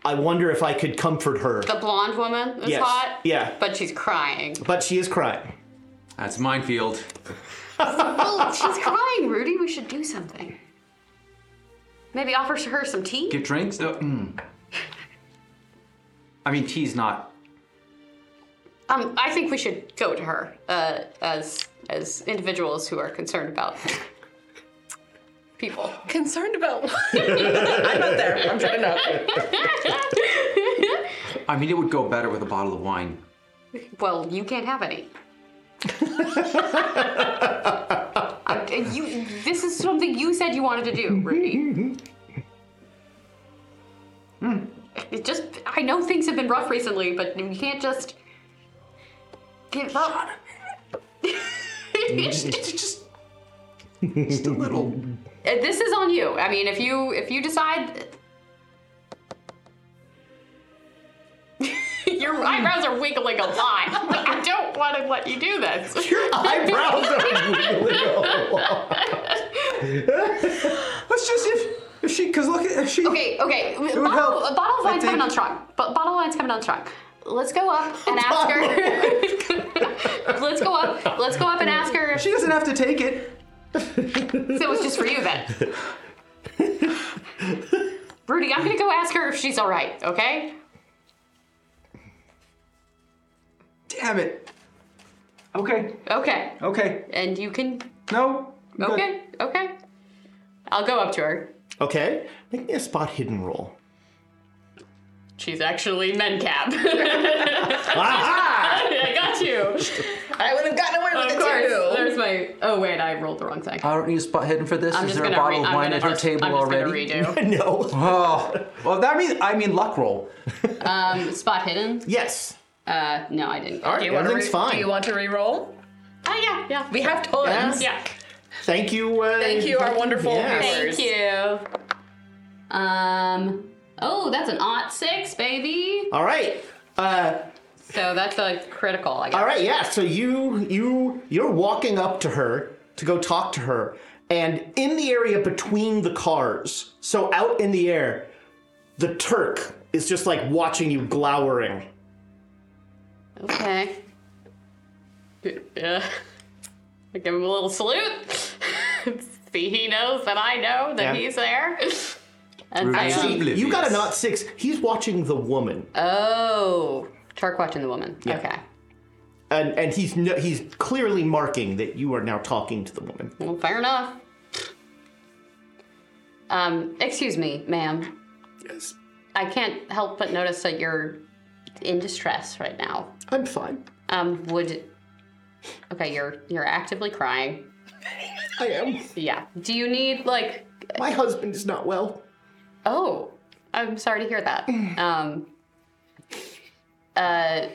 I wonder if I could comfort her. The blonde woman is Yes. hot. Yeah. But she's crying. But she is crying. That's minefield. well, she's crying, Rudy. We should do something. Maybe offer her some tea. Get drinks. Uh, mm. I mean, tea's not. Um, I think we should go to her uh, as as individuals who are concerned about people. Concerned about I'm not there. I'm trying not. I mean, it would go better with a bottle of wine. Well, you can't have any. Uh, you, this is something you said you wanted to do, Rudy. Hmm. It just, I know things have been rough recently, but you can't just give up. just, just a little. Uh, this is on you. I mean, if you if you decide your eyebrows are wiggling a lot, like, I don't want to let you do this. Your eyebrows are wiggling. Let's just if if she because look at if she. Okay, okay. would Bottle, help, a bottle of I wine's coming think. on strong. But bottle of wine's coming on strong. Let's go up and ask her. let's go up. Let's go up and ask her. If, She doesn't have to take it. so it was just for you then. Rudy, I'm gonna go ask her if she's all right. Okay. Damn it. Okay. Okay. Okay. And you can No. I'm good. Okay, okay. I'll go up to her. okay. Make me a spot hidden roll. She's actually Mencap. Ah, I got you. I would have gotten away with Of it course. too. There's my. Oh wait, I rolled the wrong thing. I don't need a spot hidden for this. I'm Oh, Is just there a gonna. bottle re- of I'm wine gonna at her just, table I'm just already? Gonna No. Oh. Well, that means I mean luck roll. redo. Um, spot hidden. Yes. Uh, no, I didn't. All right. wanna Everything's re- fine. Do you want to re-roll? Oh yeah, yeah. We have tons. Yeah. yeah. Thank you. Uh, Thank you, our wonderful Yes. viewers. Thank you. Um. Oh, that's an odd six, baby. All right. Uh, So that's like critical, I guess. All right, yeah. So you you you're walking up to her to go talk to her, and in the area between the cars, so out in the air, the Turk is just like watching you, glowering. Okay. Yeah. I give him a little salute. See, he knows that I know Yeah. that he's there. And I, Actually- um, Actually, you got a not six. He's watching the woman, oh, Turk watching the woman. Okay. and and he's no, he's clearly marking that you are now talking to the woman. Well, fair enough. Um, excuse me, ma'am. Yes, I can't help but notice that you're in distress right now. I'm fine. Um, would okay, you're you're actively crying. I am. Yeah. Do you need like My husband is not well. oh, I'm sorry to hear that. Um,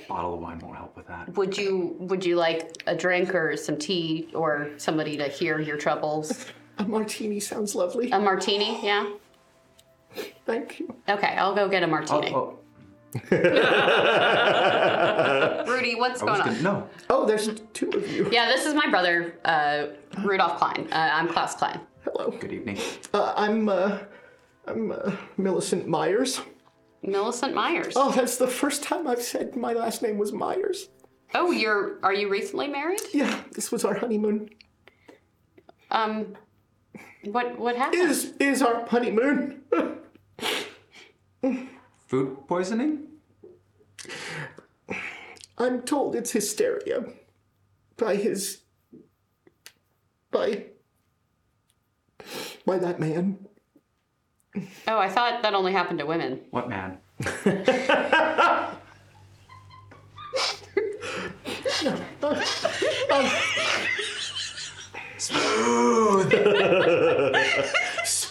Bottle of wine won't help with that. would you would you like a drink or some tea or somebody to hear your troubles? A martini sounds lovely. A martini, yeah. Thank you. Okay, I'll go get a Oh, martini. oh, Rudy, what's oh. I going was gonna, on? no. Oh, there's two of you. Yeah, this is my brother, uh, Rudolph Klein. Uh, I'm Klaus Klein. Hello. Good evening. Uh, I'm uh, I'm uh, Millicent Myers. Millicent Myers. Oh, that's the first time I've said my last name was Myers. oh, you're are you recently married? Yeah, this was our honeymoon. Um, what what happened? Is is our honeymoon? Food poisoning? I'm told it's hysteria. By his. By. By that man. Oh, I thought that only happened to women. What man?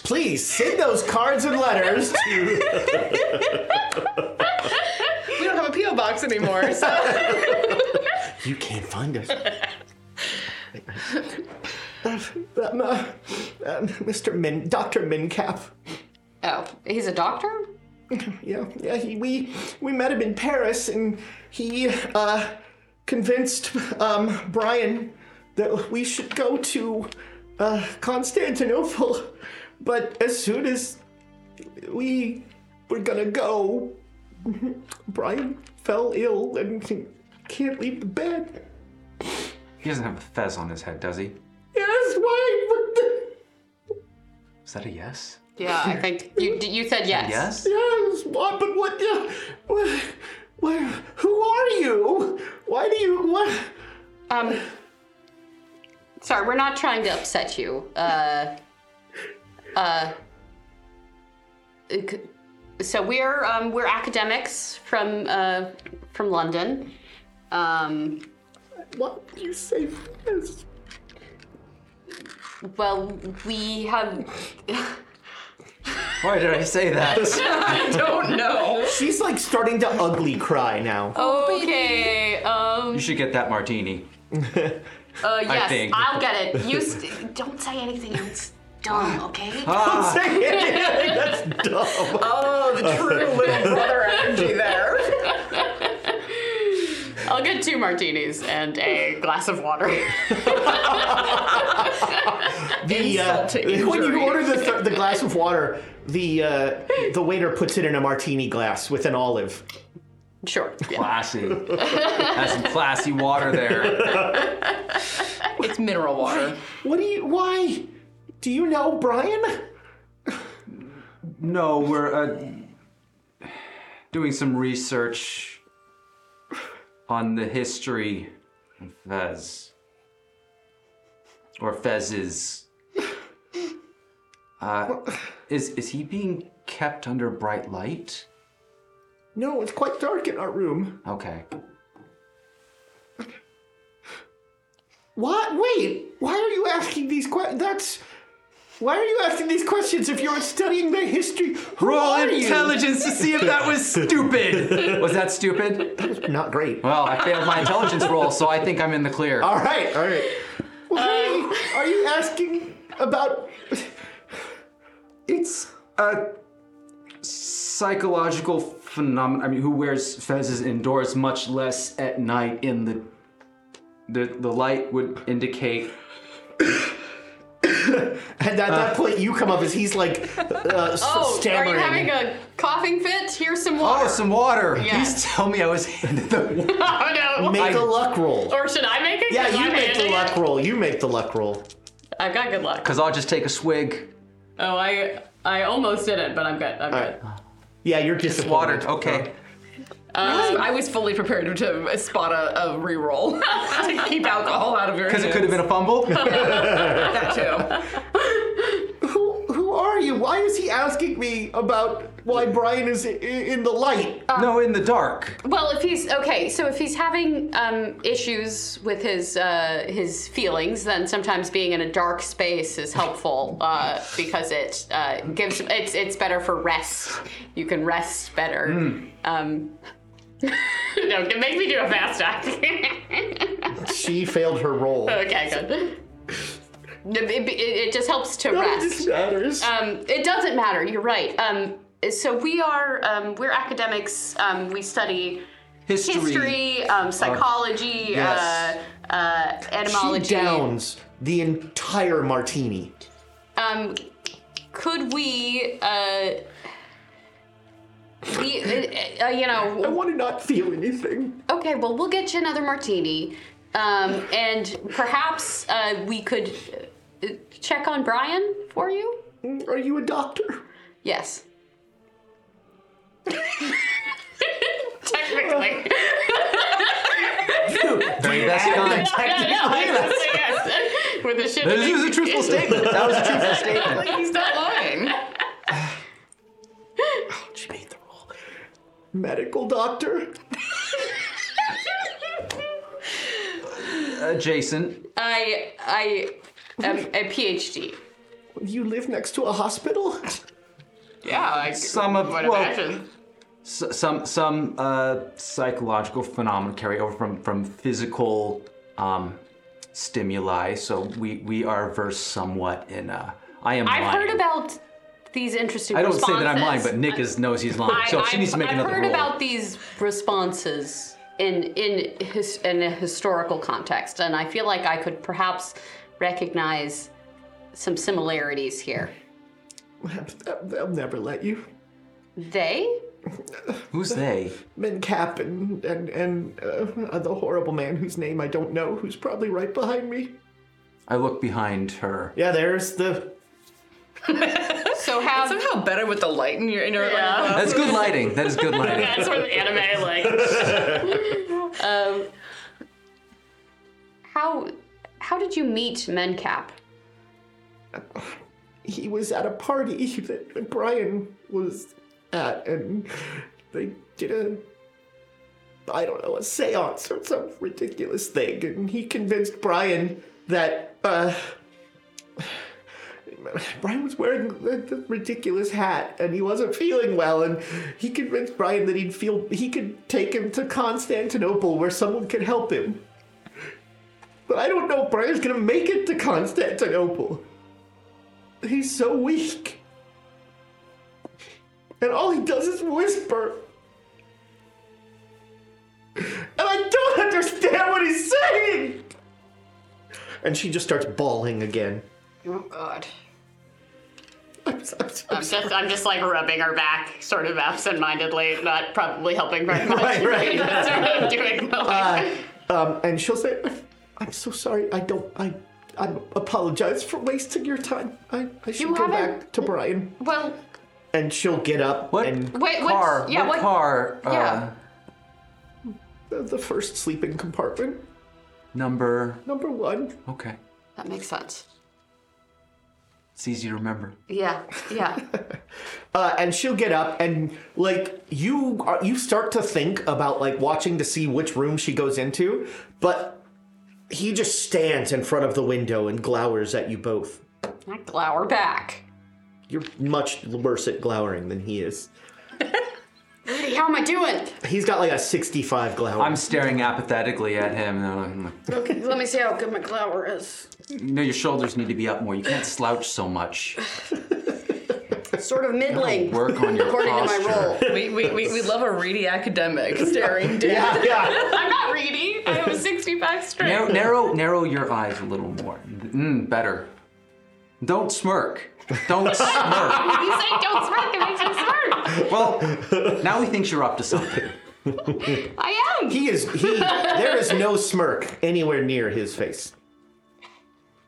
Please send those cards and letters to. We don't have a P.O. box anymore, so. You can't find us. um, uh, um, Mr. Min, Dr. Mincap. Oh, he's a doctor. Yeah, yeah. He, we we met him in Paris, and he uh, convinced um, Brian that we should go to uh, Constantinople. But as soon as we were gonna go, Brian fell ill and he can't leave the bed. He doesn't have a fez on his head, does he? Yes, why? What the? Is that a yes? Yeah, I think you you said yes. Yes? Yes, what? But what? Uh, what, what who are you? Why do you? What? Um, sorry, we're not trying to upset you. Uh, uh, c- so we're um, we're academics from uh, from London. Um, What would you say? Yes. well, we have. Why did I say that? I don't know. She's like starting to ugly cry now. Oh. Okay. Um. you should get that martini. Uh, yes, think. I'll get it. You st- don't say anything else. Dumb. Okay. That's dumb. Oh, the true little brother energy there. I'll get two martinis and a glass of water. The, uh, when you order the, th- the glass of water, the uh, the waiter puts it in a martini glass with an olive. sure. Yeah. Classy. That's some classy water there. it's mineral water. What do you? Why? Do you know Brian? No, we're uh, doing some research on the history of Fez. Or Fez's. Uh, is, is he being kept under bright light? No, it's quite dark in our room. Okay. What? Wait. Why are you asking these questions? That's. Why are you asking these questions if you're studying the history? Who Roll are you? intelligence to see if that was stupid. was that stupid? Not great. Well, I failed my intelligence roll, so I think I'm in the clear. All right, all right. Why are you asking about? It's a psychological phenomenon. I mean, who wears fezzes indoors, much less at night in the the the light would indicate. And at that point, you come up as he's like uh, s- Oh, are stammering. you having a coughing fit? Here's some water. Oh, some water. Yeah. Please tell me I was handed the water. Oh no. Make a luck roll. or should I make it? Yeah, 'Cause you I'm make the handing luck it. roll. You make the luck roll. I've got good luck. Cause I'll just take a swig. Oh, I I almost did it, but I'm good. I'm right. good. Yeah, you're disappointed. Water. Okay. Um, I was fully prepared to spot a, a reroll to keep alcohol out of your Because it could have been a fumble. that too. Who who are you? Why is he asking me about why Brian is i- in the light? no, in the dark. Well, if he's okay, so if he's having um, issues with his uh, his feelings, then sometimes being in a dark space is helpful uh, because it uh, gives it's it's better for rest. You can rest better. Um, no, make me do a fast act. She failed her roll. okay, good. It, it- it just helps to None of rest. this matters. Um, it doesn't matter. You're right. Um, so we are um, we're academics. Um, we study History. history, um, psychology, yes. uh, uh, she etymology. downs the entire martini. Um, could we? Uh, we uh, uh, you I know, want to not feel anything. okay. Well, we'll get you another martini, um, and perhaps uh, we could uh, check on Brian for you. Are you a doctor? Yes. Technically. Very best kind. yes. With the shit. This is a truthful statement. That was a truthful statement. He's not lying. She made the roll. Medical doctor? Uh, Jason, I I am a PhD. You live next to a hospital? Yeah, like Some of- would well- imagine. s- some some uh, psychological phenomena carry over from from physical um, stimuli. So we we are versed somewhat in. Uh, I am. I've lying. heard about these interesting. I don't say that I'm lying, responses. but Nick is knows he's lying. I, so she I've- needs to make I've another heard roll. about these responses in in his, in a historical context, and I feel like I could perhaps recognize some similarities here. They'll never let you. They? Who's they? Mincap and and and uh, the horrible man whose name I don't know, who's probably right behind me. I look behind her. Yeah, there's the. So have Somehow better with the light in your inner Yeah. That's good lighting. That is good lighting. That's where the anime like. um, how how did you meet Mencap? He was at a party that Brian was at, and they did a. I don't know, a seance or some ridiculous thing, and he convinced Brian that, uh. Brian was wearing the, the ridiculous hat, and he wasn't feeling well, and he convinced Brian that he'd feel he could take him to Constantinople where someone could help him. But I don't know if Brian's gonna make it to Constantinople. He's so weak. And all he does is whisper. And I don't understand what he's saying! And she just starts bawling again. Oh God! I'm, so- I'm so- I'm I'm just I'm just like rubbing her back, sort of absentmindedly, not probably helping very much. Right, right. That's what I'm doing. but, like, Uh. Um, and she'll say, "I'm so sorry. I don't. I. I apologize for wasting your time. I. I should You go back haven't- to Brian." well, And she'll get up What and wait, what's- car? yeah, what, what- car? Uh, yeah. the, the first sleeping compartment, Number. number one. Okay. that makes sense. It's easy to remember. Yeah, yeah. Uh, and she'll get up and like you are, you start to think about like watching to see which room she goes into, but he just stands in front of the window and glowers at you both. I glower back. You're much worse at glowering than he is. Hey, How am I doing? He's got like a 65 glower. I'm staring apathetically at him. and I'm like, Let me see how good my glower is. You know, your shoulders need to be up more. You can't slouch so much. sort of middling. Work on your According posture. to my role. We, we, we, we love a reedy academic staring down. Yeah, yeah. I'm not reedy. I have a 65 strength. Narrow, narrow, narrow your eyes a little more. Mm, better. Don't smirk. Don't smirk. You say don't smirk, that makes me smirk. Well, now he thinks you're up to something. I am. He is he. There is no smirk anywhere near his face.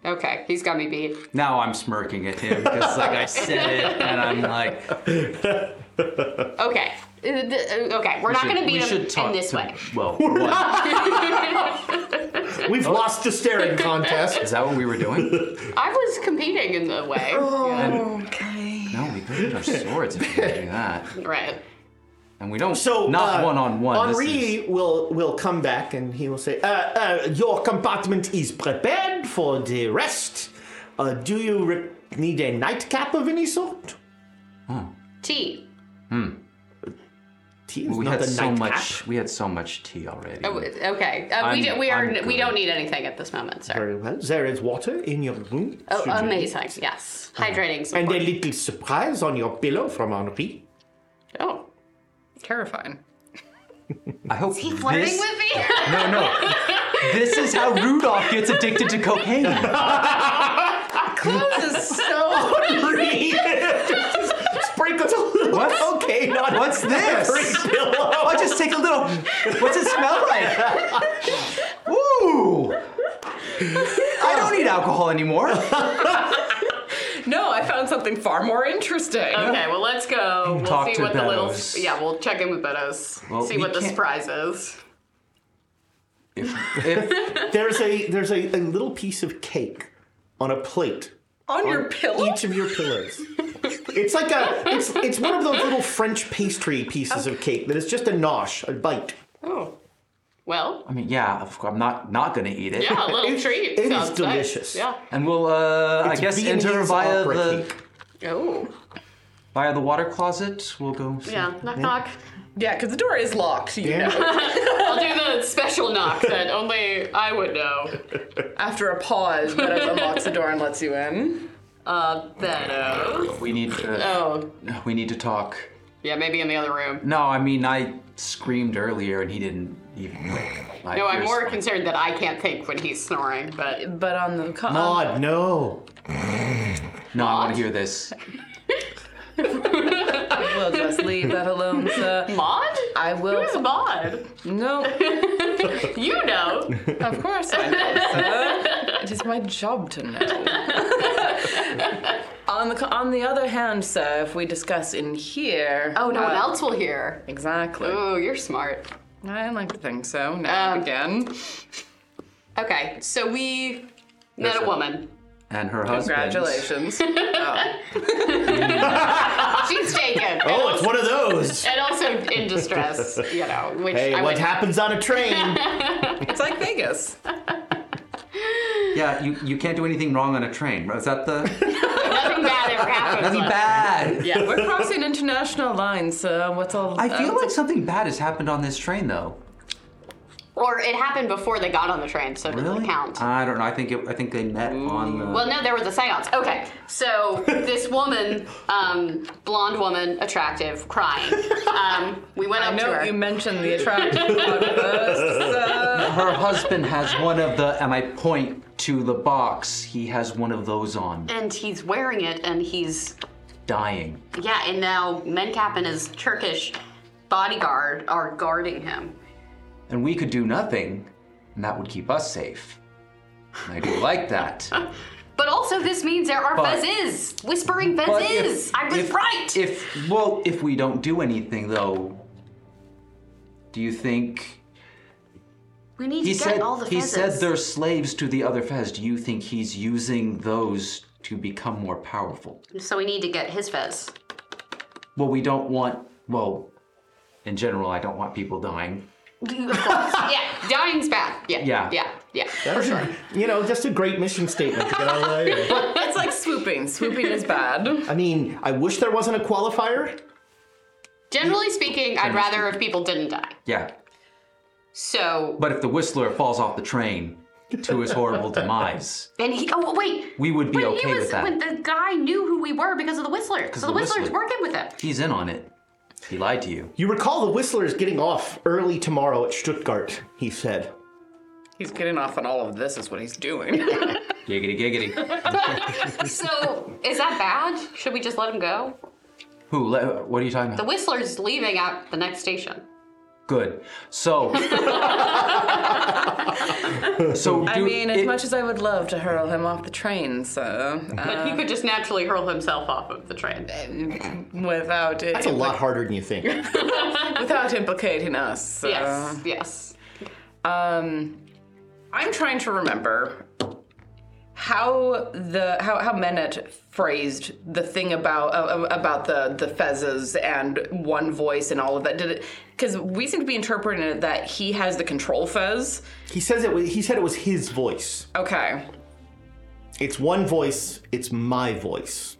Okay, he's got me beat. Now I'm smirking at him because, like, I said it, and I'm like, Okay. Uh, th- uh, Okay, we're not should- going to we beat him should talk in this to- way. Well, what? We've lost the staring contest. is that what we were doing? I was competing in the way. Oh. No, we could use our swords if we do that. Right. And we don't. So not uh, one on one. Henri will will come back and he will say, uh, uh, "Your compartment is prepared for the rest. Uh, do you re- need a nightcap of any sort?" Tea. Tea is We not had a so nightcap. much. We had so much tea already. Oh, okay. Uh, we, I'm- do, we are. I'm We good. don't need anything at this moment, sir. Very well. There is water in your room. Oh, should you- amazing. Yes. Hydrating. And support. a little surprise on your pillow from Henri. oh, Terrifying. I hope he flirting this, with me? No, no. this is how Rudolph gets addicted to cocaine. Clothes is Oh, so. Henri! Sprinkles a little What's- cocaine on What's every this? pillow. I'll just take a little. What's it smell like? Woo! I don't need alcohol anymore. No, I found something far more interesting. Okay, well let's go. We'll Talk see to what the Beddoes. little yeah. We'll check in with Beddoes. Well, see we what the can't- surprise is. If, if, There's a there's a, a little piece of cake on a plate On your pillow? each of your pillows. It's like a it's it's one of those little French pastry pieces of cake that is just a nosh, a bite. Oh, well, I mean, yeah, of course, I'm not not gonna eat it. yeah, a little It- treat. it is sounds nice. delicious. Yeah. And we'll, uh, I It's guess, Viennese enter via opera the cake. Oh, via the water closet. We'll go. see- yeah. Knock knock. Yeah, because the door is locked. You know. I'll do the special knock that only I would know. After a pause, Meadows unlocks the door and lets you in. Uh, Beddoes. We need. Uh, Oh, We need to talk. yeah. Maybe in the other room. No, I mean I screamed earlier and he didn't even. Like, No, Oh, I'm more concerned that I can't think when he's snoring. But But on the con- Maud, Uh, no. No, I want to hear this. we'll just leave that alone, sir. Maud, I will. who's Maud? No, You know. of course I know, sir. It is my job to know. on the co- on the other hand, sir, if we discuss in here, Oh, no one else will hear. exactly. Oh, you're smart. I like to think so. Now Um, again, Okay, so we met a woman. And her husband. congratulations. She's taken. Oh, it's one of those. and also in distress, you know, which Hey, I what would happens on a train? it's like Vegas. Yeah, you, you can't do anything wrong on a train. Is that the nothing bad ever happens. nothing on- bad? Yeah, we're crossing international lines, sir. What's all? um, I feel like something bad has happened on this train though. Or it happened before they got on the train, so it doesn't count. Uh. I don't know. I think it, I think they met on the. well, no, there was a seance. Okay, so this woman, um, blonde woman, attractive, crying. Um, we went up I to know her. you mentioned the attractive part first, so. her husband has one of the, and I point to the box. He has one of those on, and he's wearing it, and he's dying. Yeah, and now Menkap and his Turkish bodyguard are guarding him. and we could do nothing, and that would keep us safe. And I do like that. But also, this means there are But- Fez's whispering But Fez's. I was if- right. If well, if we don't do anything though, do you think we need he to said get all the Fez's. he said they're slaves to the other Fez? Do you think he's using those to become more powerful? so we need to get his Fez. Well, we don't want. Well, in general, I don't want people dying. yeah, dying's bad. Yeah, Yeah. yeah, yeah. That's a- You know, just a great mission statement to get out of the way. But, It's like swooping. Swooping is bad. I mean, I wish there wasn't a qualifier. Generally speaking, I'd rather if people didn't die. Yeah, So but if the Whistler falls off the train, to his horrible demise. And he, oh wait, We would be when okay he was, with that. When the guy knew who we were because of the Whistler, so the, of the Whistler's Whistler. working with him. He's in on it. He lied to you. You recall the Whistler is getting off early tomorrow at Stuttgart, he said. He's getting off on all of this, is what he's doing. Giggity giggity. So is that bad? Should we just let him go? Who? le- What are you talking The about? Whistler's leaving at the next station. Good. So. so do, I mean, as it- much as I would love to hurl him off the train, so uh, he could just naturally hurl himself off of the train. without it, That's a lot harder than you think. without implicating us. so, yes, Uh. yes. Um, I'm trying to remember how the how how Menet phrased the thing about uh, about the the fezzes and one voice and all of that. Did it? Because we seem to be interpreting it that he has the control fez. He says it. was- He said it was his voice. Okay. It's one voice. It's my voice.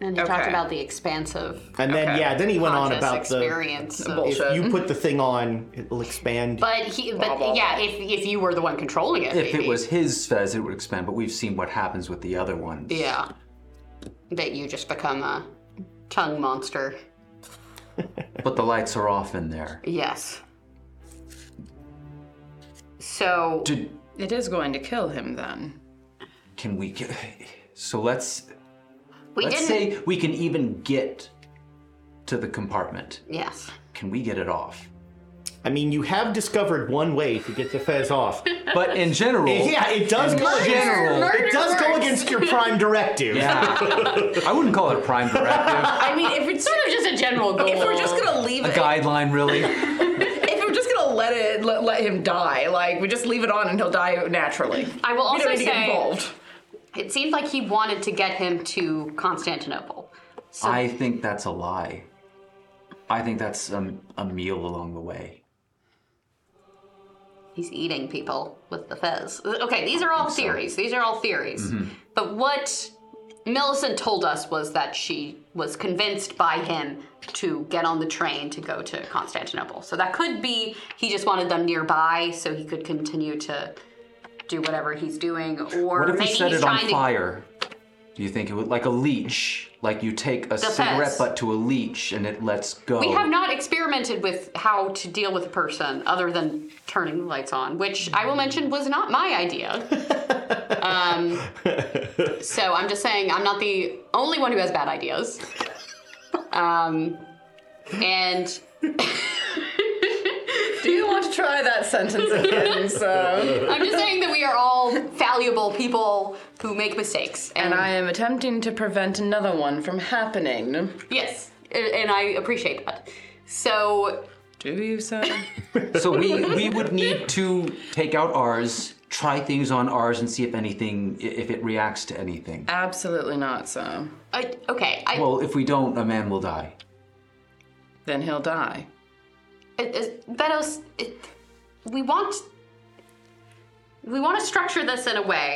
And he Okay. talked about the expansive And then Okay. yeah, then he went on conscious about experience. of- the. If Bullshit. you put the thing on, it'll expand. but he, but blah, yeah, if if you were the one controlling it, if it maybe. was his fez, it would expand. But we've seen what happens with the other ones. yeah, that you just become a tongue monster. But the lights are off in there. Yes. So Did, It is going to kill him then. can we? get- So let's we let's didn't. say we can even get to the compartment. yes. Can we get it off? I mean, you have discovered one way to get the fez off. But in general, yeah, it does go against. general, It does go against your prime directive. yeah, I wouldn't call it a prime directive, I mean, if it's Sort of just a general goal. if we're just gonna leave a it, guideline, really. If we're just gonna let it let, let him die, like we just leave it on and he'll die naturally. I will We also don't need to get say- involved. It seemed like he wanted to get him to Constantinople. So I think that's a lie. I think that's um, a meal along the way. he's eating people with the fez. Okay, these are all theories. These are all theories. Mm-hmm. But what Millicent told us was that she was convinced by him to get on the train to go to Constantinople. So that could be he just wanted them nearby so he could continue to do whatever he's doing, or What if we maybe set he's it on trying to. fire? Do you think it would like a leech? Like you take a cigarette fez. butt to a leech and it lets go. We Oh. have not experimented with how to deal with a person other than turning the lights on, which I will mention was not my idea. um, so I'm just saying I'm not the only one who has bad ideas. Um, and Do you want to try that sentence again? So, I'm just saying that we are all fallible people who make mistakes. and I am attempting to prevent another one from happening. yes, a- and I appreciate that. So Do you, so? So we we would need to take out ours, try things on ours, and see if anything i- if it reacts to anything. Absolutely not, so. I, okay, I, Well, if we don't, a man will die. Then he'll die. it, it, Betos, it, we want we want to structure this in a way.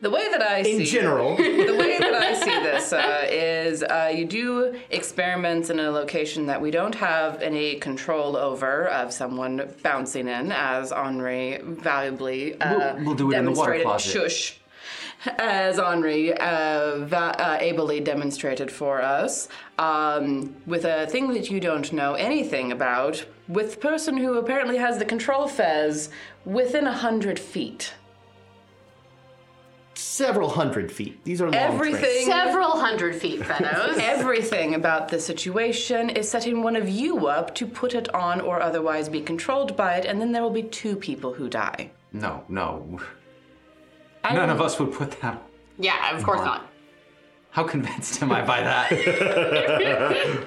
The way that I see In general, the way that I see this uh, is uh, you do experiments in a location that we don't have any control over of someone bouncing in, as Henri valuably uh, We'll- we'll do it in the water demonstrated- closet. Shush. As Henri uh, va- uh, ably demonstrated for us, um, with a thing that you don't know anything about, with the person who apparently has the control fez within a hundred feet. several hundred feet. These are long trains. Everything Several hundred feet, Betos. Everything about the situation is setting one of you up to put it on or otherwise be controlled by it, and then there will be two people who die. No, no. None of us would put that. yeah, of course not. How convinced am I by that?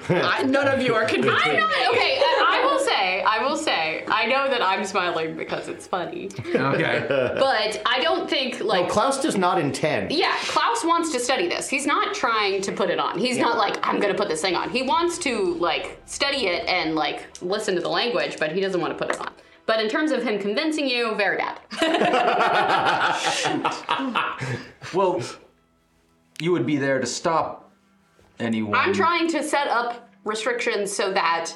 I, none of you are convinced. I'm not okay. uh, I, I will say, I will say, I know that I'm smiling because it's funny, okay. but I don't think like. Oh, Klaus does not intend. yeah, Klaus wants to study this. He's not trying to put it on. He's not like, I'm gonna put this thing on. He wants to like study it and like listen to the language, but he doesn't want to put it on. But in terms of him convincing you, very bad. Well, you would be there to stop anyone. I'm trying to set up restrictions so that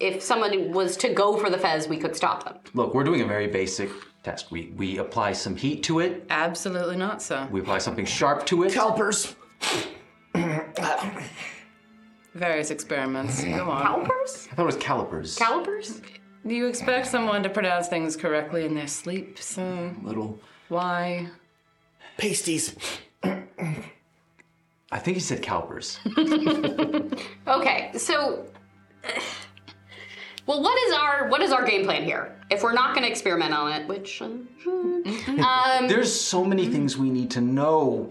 if someone was to go for the fez, we could stop them. Look, we're doing a very basic test. We we apply some heat to it. Absolutely not, sir. We apply something sharp to it. Helpers. Various experiments. Go on. Calipers? I thought it was calipers. Calipers? Do you expect someone to pronounce things correctly in their sleep, so Little. why? Pasties. I think he said calipers. Okay, so well, what is our what is our game plan here? If we're not going to experiment on it, which um, There's so many Mm-hmm. things we need to know.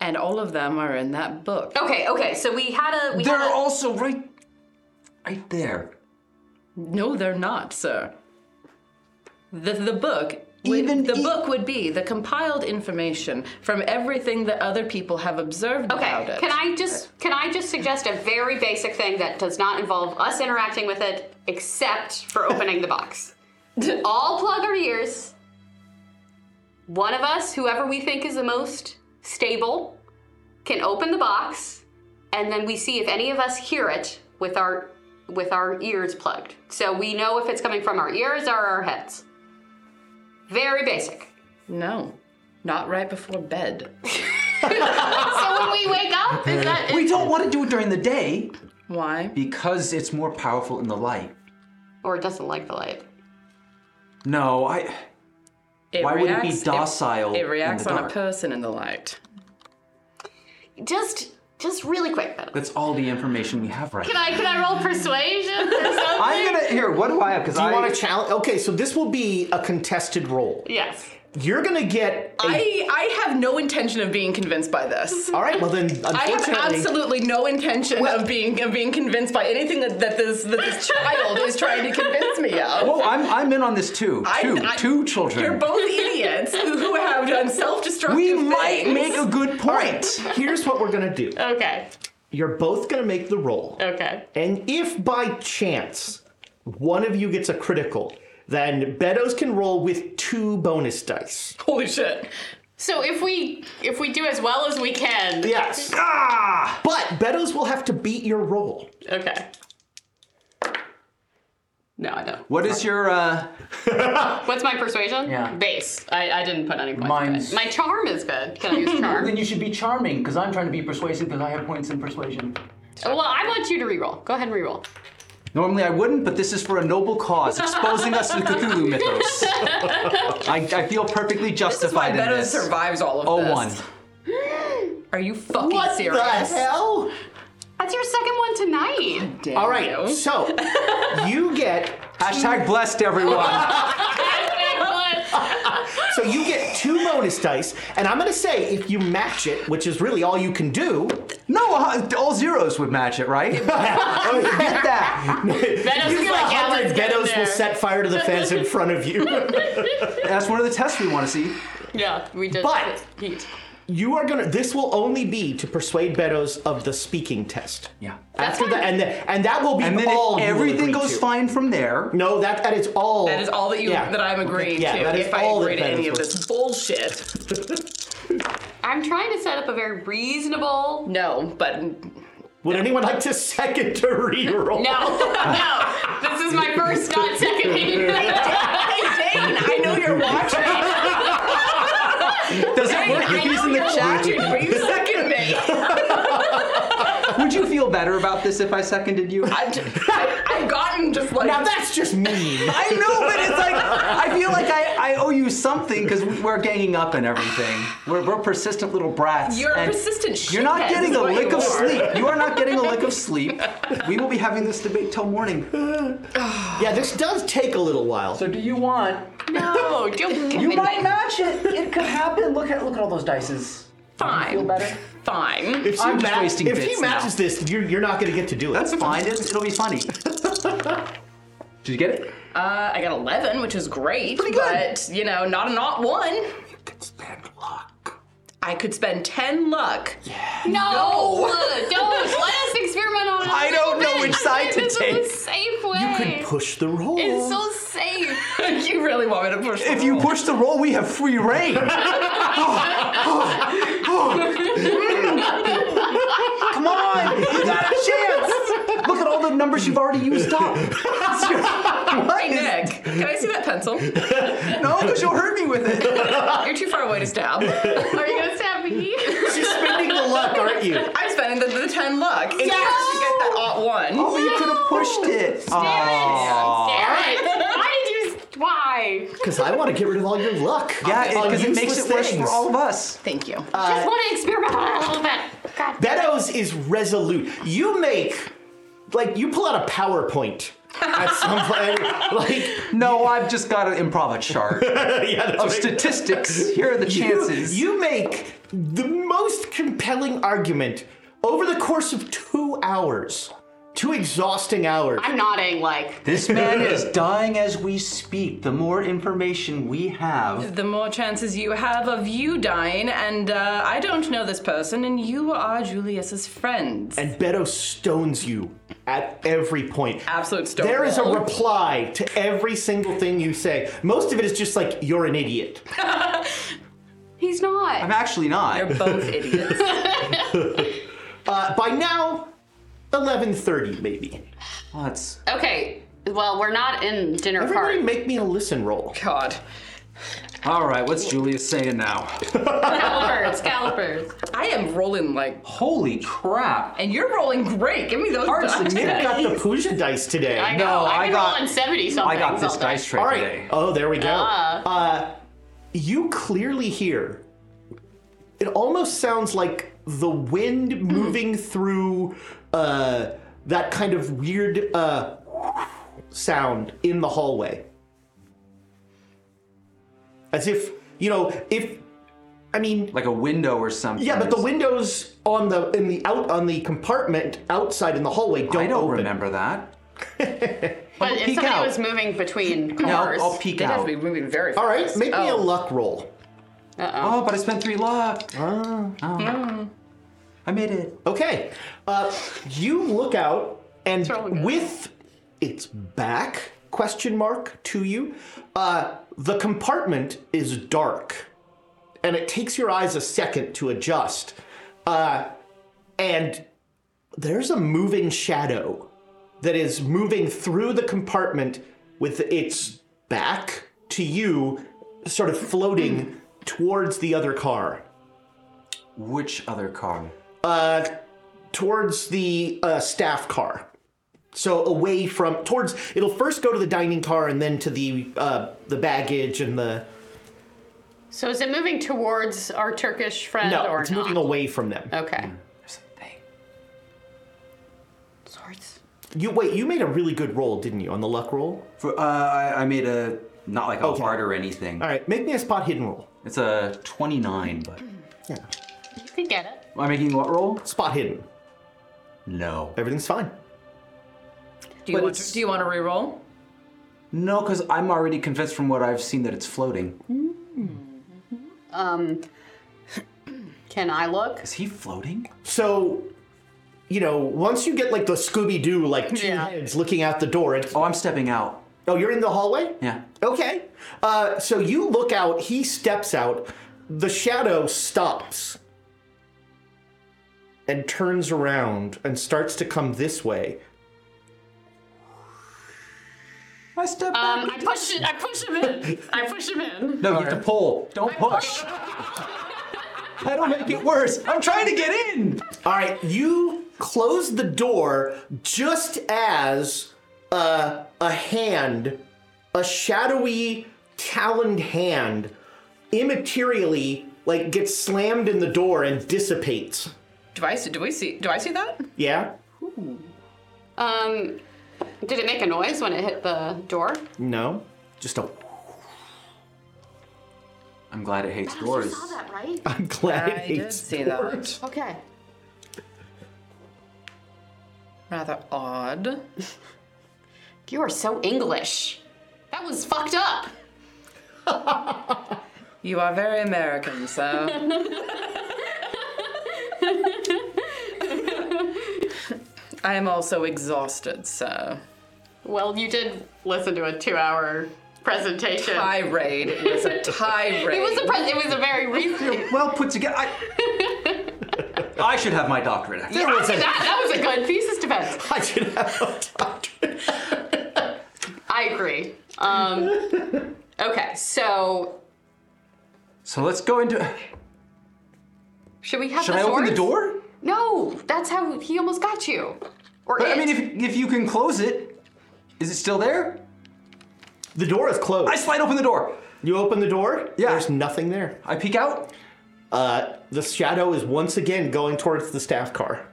And all of them are in that book. okay, okay, so we had a we They're had a, also right, right there. No, they're not, sir. The, the book. Would, Even the e- book would be the compiled information from everything that other people have observed about okay. it. Can I just can I just suggest a very basic thing that does not involve us interacting with it, except for opening the box? All plug our ears. One of us, whoever we think is the most stable, can open the box, and then we see if any of us hear it with our with our ears plugged. So we know if it's coming from our ears or our heads. Very basic. No, not right before bed. so when we wake up, is that We don't want to do it during the day Why? because it's more powerful in the light. or it doesn't like the light? No, I. It Why would it be reacts- docile It, in the reacts on a dark? person in the light. Just just really quick though. That's all the information we have right Can I can I roll persuasion or something? I'm gonna here. What do I have? Because Do you I want to challenge? Okay, so this will be a contested roll. Yes. You're gonna get. A- I, I have no intention of being convinced by this. all right. Well then, I have unfortunately, absolutely no intention Well- of being of being convinced by anything that, that this that this child is trying to convince me of. Oh, I'm I'm in on this too. I- two, I- two children. You're both idiots who who have done self-destructive we things. might make a good all right. point. Here's what we're gonna Uh, do. Okay. You're both gonna make the roll. Okay. And if by chance one of you gets a critical, then Beddoes can roll with two bonus dice. Holy shit. So if we if we do as well as we can. Yes. Ah! But Beddoes will have to beat your roll. Okay. No, I don't. What is your uh? What's my persuasion? Yeah. Base. I, I didn't put any points. Mine's- in it. My charm is good. Can I use charm? Then you should be charming because I'm trying to be persuasive because I have points in persuasion. well, I want you to reroll. Go ahead and reroll. Normally I wouldn't, but this is for a noble cause, exposing us to the Cthulhu mythos. I, I feel perfectly justified in this. survives all of Oh one. Are you fucking serious? The hell? That's your second one tonight. All right. So you get Hashtag blessed everyone. so you get two bonus dice, and I'm gonna say if you match it, which is really all you can do, no, uh, all zeros would match it, right? Get that. Beddoes use is the like, yeah, hundred let's get in Beddoes will there. set fire to the fence in front of you. That's one of the tests we want to see. Yeah, we did. But- heat. you are gonna. This will only be to persuade Beddoes of the speaking test. Yeah. After that, and, the, and that will be And then if all. you will everything agree goes to. fine from there. No, that that is all. That is all that you Yeah. that I'm agreeing Yeah, to. that is if all that I agree to Ben any is of this bullshit. I'm trying to set up a very reasonable No, but Would anyone like to second to reroll? No, no. This is my first, not second meeting. I know you're watching. Does it work if he's in the chat? Will you second me? Would you feel better about this if I seconded you? I've, I, have gotten just like Now that's just mean. I know, but it's like I feel like I, I owe you something because we're ganging up and everything. We're, we're persistent little brats. you're a and persistent. You're not shithead, getting is a what lick you of are. sleep. You are not getting a lick of sleep. We will be having this debate till morning. yeah, this does take a little while. So do you want? No, don't You might match it. It could happen. Look at look at all those dices. Feel Fine, better. fine. if she, I'm just wasting if bits she matches this, you're, you're not going to get to do it. That's fine. It, it'll be funny. Did you get it? Uh, I got eleven, which is great, Pretty good. but you know, not a not one. You could spend luck. I could spend ten luck. No, don't. Let us experiment on it. I don't know which side to this take. Is a safe way. you could push the roll. It's so safe. you really want me to push? If you push the roll, we have free reign. Come on, you got a chance. Look at all the numbers powers you've already used up. Hey, Nick, can I see that pencil? No, because you'll hurt me with it. You're too far away to stab. Are you gonna stab me? She's spending the luck, aren't you? I'm spending the, the 10 luck. It's to get that odd one. Oh, you could have pushed it. Damn it! Why did you? Why? Because I want to get rid of all your luck. Yeah, on because it makes useless it worse things. for all of us. Thank you. Uh, Uh, Just want to experiment on it a little bit. God. Beddoes is resolute. You make, like, you pull out a PowerPoint at some point. Like, No, I've just got an improv chart yeah, that's of right. statistics. Here are the chances. You, you make the most compelling argument over the course of two hours, two exhausting hours. I'm nodding like this man is dying as we speak. The more information we have, The more chances you have of you dying, and uh, I don't know this person, and you are Julius's friends. and Beto stones you at every point. Absolute stone. There is a wall. reply to every single thing you say. Most of it is just like, you're an idiot. he's not. I'm actually not. They're both idiots. Uh, by now, 11.30 maybe. Well, that's Okay. Well, we're not in dinner Everybody party. make me a listen roll. God. all right. What's Julius saying now? Calipers, calipers. I am rolling like. Holy crap! And you're rolling great. Give me those Hard to dice. admit. I got the Pooja dice today. I No, know. I've I been got- rolling seventy something. I got this dice tray All today. right. Oh, there we go. Ah. Uh, you clearly hear. It almost sounds like the Mm-hmm. wind moving through uh, that kind of weird uh, sound in the hallway, as if you know if. I mean, Like a window or something. yeah, but the windows on the in the out on the compartment outside in the hallway don't, I don't open. remember that. But if peek somebody out. was moving between No, cars, I'll, I'll peek They have out. to be moving very fast. All right, make me a Oh. luck roll. Oh, but I spent three luck. Ah. Oh. Hmm. I made it. Okay. Uh, you look out, and with its back question mark to you, uh, the compartment is dark, and it takes your eyes a second to adjust. Uh, and there's a moving shadow that is moving through the compartment with its back to you, sort of floating towards the other car. Which other car? uh, towards the uh, staff car. So away from towards it'll first go to the dining car and then to the uh, the baggage and the so is it moving towards our Turkish friend no or it's not? moving away from them. Okay. Something. Swords. You wait, you made a really good roll, didn't you, on the luck roll? For, uh, I, I made a not like a Okay. heart or anything. All right, make me a spot hidden roll. It's a 29, but am Yeah, You can get it. I making what roll? spot hidden. No. Everything's fine. Do you, But want it's- to, do you want to re-roll? No, because I'm already convinced from what I've seen that it's floating. Um, can I look? Is he floating? So, you know, once you get like the Scooby Doo like two Yeah. heads looking out the door, it's Oh, I'm stepping out. oh you're in the hallway. Yeah. Okay. Uh, so you look out, he steps out, the shadow stops and turns around and starts to come this way. I step Um, I push it. I push him in. I push him in. No, you have to pull. Don't push. That'll make it worse. I'm trying to get in. All right, you close the door just as uh, a hand, a shadowy, taloned hand, immaterially like gets slammed in the door and dissipates. Do I see? Do we see? Do I see that? Yeah? Um, did it make a noise when it hit the door? No? Just a. I'm glad it hates You doors. saw that, right? Ah. I'm glad it I did hates see that. Okay. Rather odd. You are so English. That was fucked up. You are very American, so. I am also exhausted, so. Well, you did listen to a two-hour presentation. Tirade. It was a tirade. It was a pre- it was a very recent. Well put together. I, I should have my doctorate. There was a that, that was a good thesis depends. I should have a doctorate. I agree. Um, okay, so So let's go into. should we have Should the I open the doors? door? No, that's how he almost got you. Or But I it. mean, if if you can close it, is it still there? The door is closed. I slide open the door. you open the door. Yeah. There's nothing there. I peek out. Uh, the shadow is once again going towards the staff car.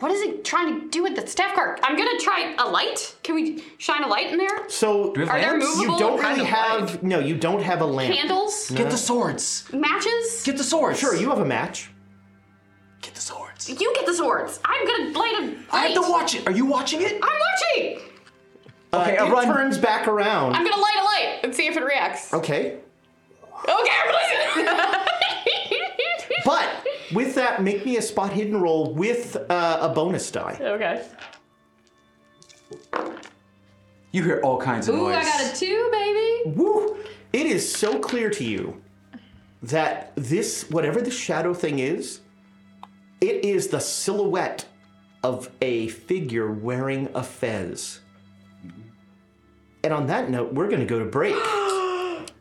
what is it trying to do with the staff cart? I'm gonna try a light. Can we shine a light in there? So we have Are there Lamps? movable? you don't kind really of have light? no. You don't have a lamp. candles, Get the swords. matches. Get the swords. Sure, you have a match. get the swords. you get the swords. I'm gonna light a light. I have to watch it. Are you watching it? Uh, I'm watching. Okay, I it run. turns back around. I'm gonna light a light and see if it reacts. Oh. Okay, okay. I'm gonna- But with that, make me a spot hidden roll with uh, a bonus die. okay. You hear all kinds of Ooh, noise. I got a two, baby. Woo! It is so clear to you that this, whatever the shadow thing is, it is the silhouette of a figure wearing a fez. And on that note, we're going to go to break.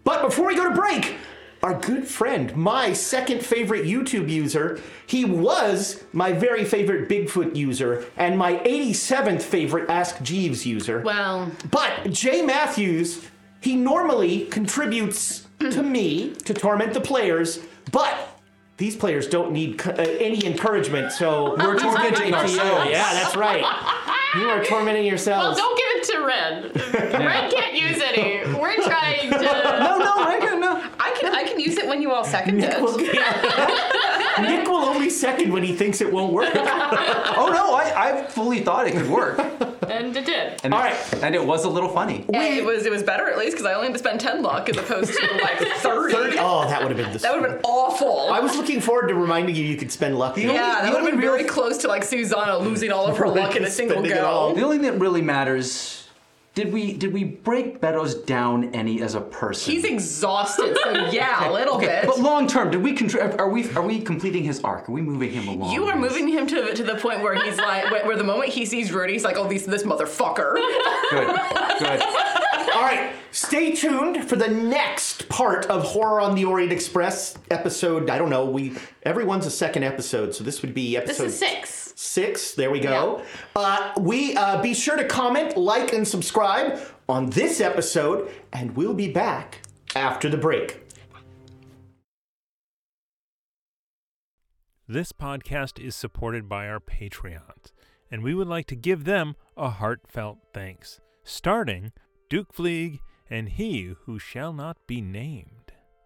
but before we go to break, our good friend, my second favorite YouTube user, he was my very favorite Bigfoot user and my 87th favorite Ask Jeeves user. Well, But Jay Matthews, he normally contributes to me to torment the players, but these players don't need co- uh, any encouragement, so we're tormenting ourselves. Yeah, that's right. You are tormenting Ah! Well, yourselves. don't give it to Red. Red can't use any. We're trying to. No, no, Reagan, no. I can I can use it when you all second it. Well, yeah. Nick will only second when he thinks it won't work. Oh no, I, I fully thought it could work. And it did. And All it, right. and it was a little funny. It was it was better at least because I only had to spend ten luck as opposed to like thirty. Oh, that would have been the. That would have been awful. I was looking forward to reminding you you could spend luck. there. yeah, the that would have only been real- very close to like Susanna losing all of her luck in a single Spending it go. all. The only thing that really matters. Did we did we break Beddoes down any as a person? He's exhausted, so yeah, a little bit. But long term, did we contri- are we are we completing his arc? Are we moving him along? You are moving him to, to the point where he's like, where, where the moment he sees Rudy, he's like, oh, these, this motherfucker. Good. Good. All right, stay tuned for the next part of Horror on the Orient Express episode. I don't know. We everyone's a second episode, so this would be This episode is six. six. There we go. Uh, we uh, be sure to comment, like, and subscribe on this episode, and we'll be back after the break. This podcast is supported by our Patreons, and we would like to give them a heartfelt thanks, starting Duke Fleeg and He Who Shall Not Be Named.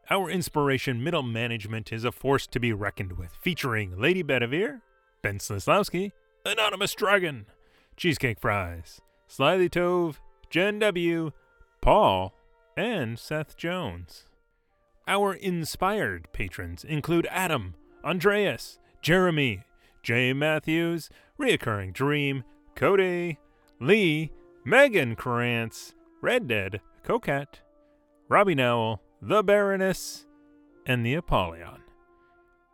Our inspiration, Middle Management, is a force to be reckoned with, featuring Lady Bedivere, Ben Slislawski, Anonymous Dragon, Cheesecake Fries, Slyly Tove, Jen W., Paul, and Seth Jones. Our inspired patrons include Adam, Andreas, Jeremy, Jay Matthews, Reoccurring Dream, Cody, Lee, Megan Krantz, Red Dead, Coquette, Robbie Nowell, The Baroness, and the Apollyon.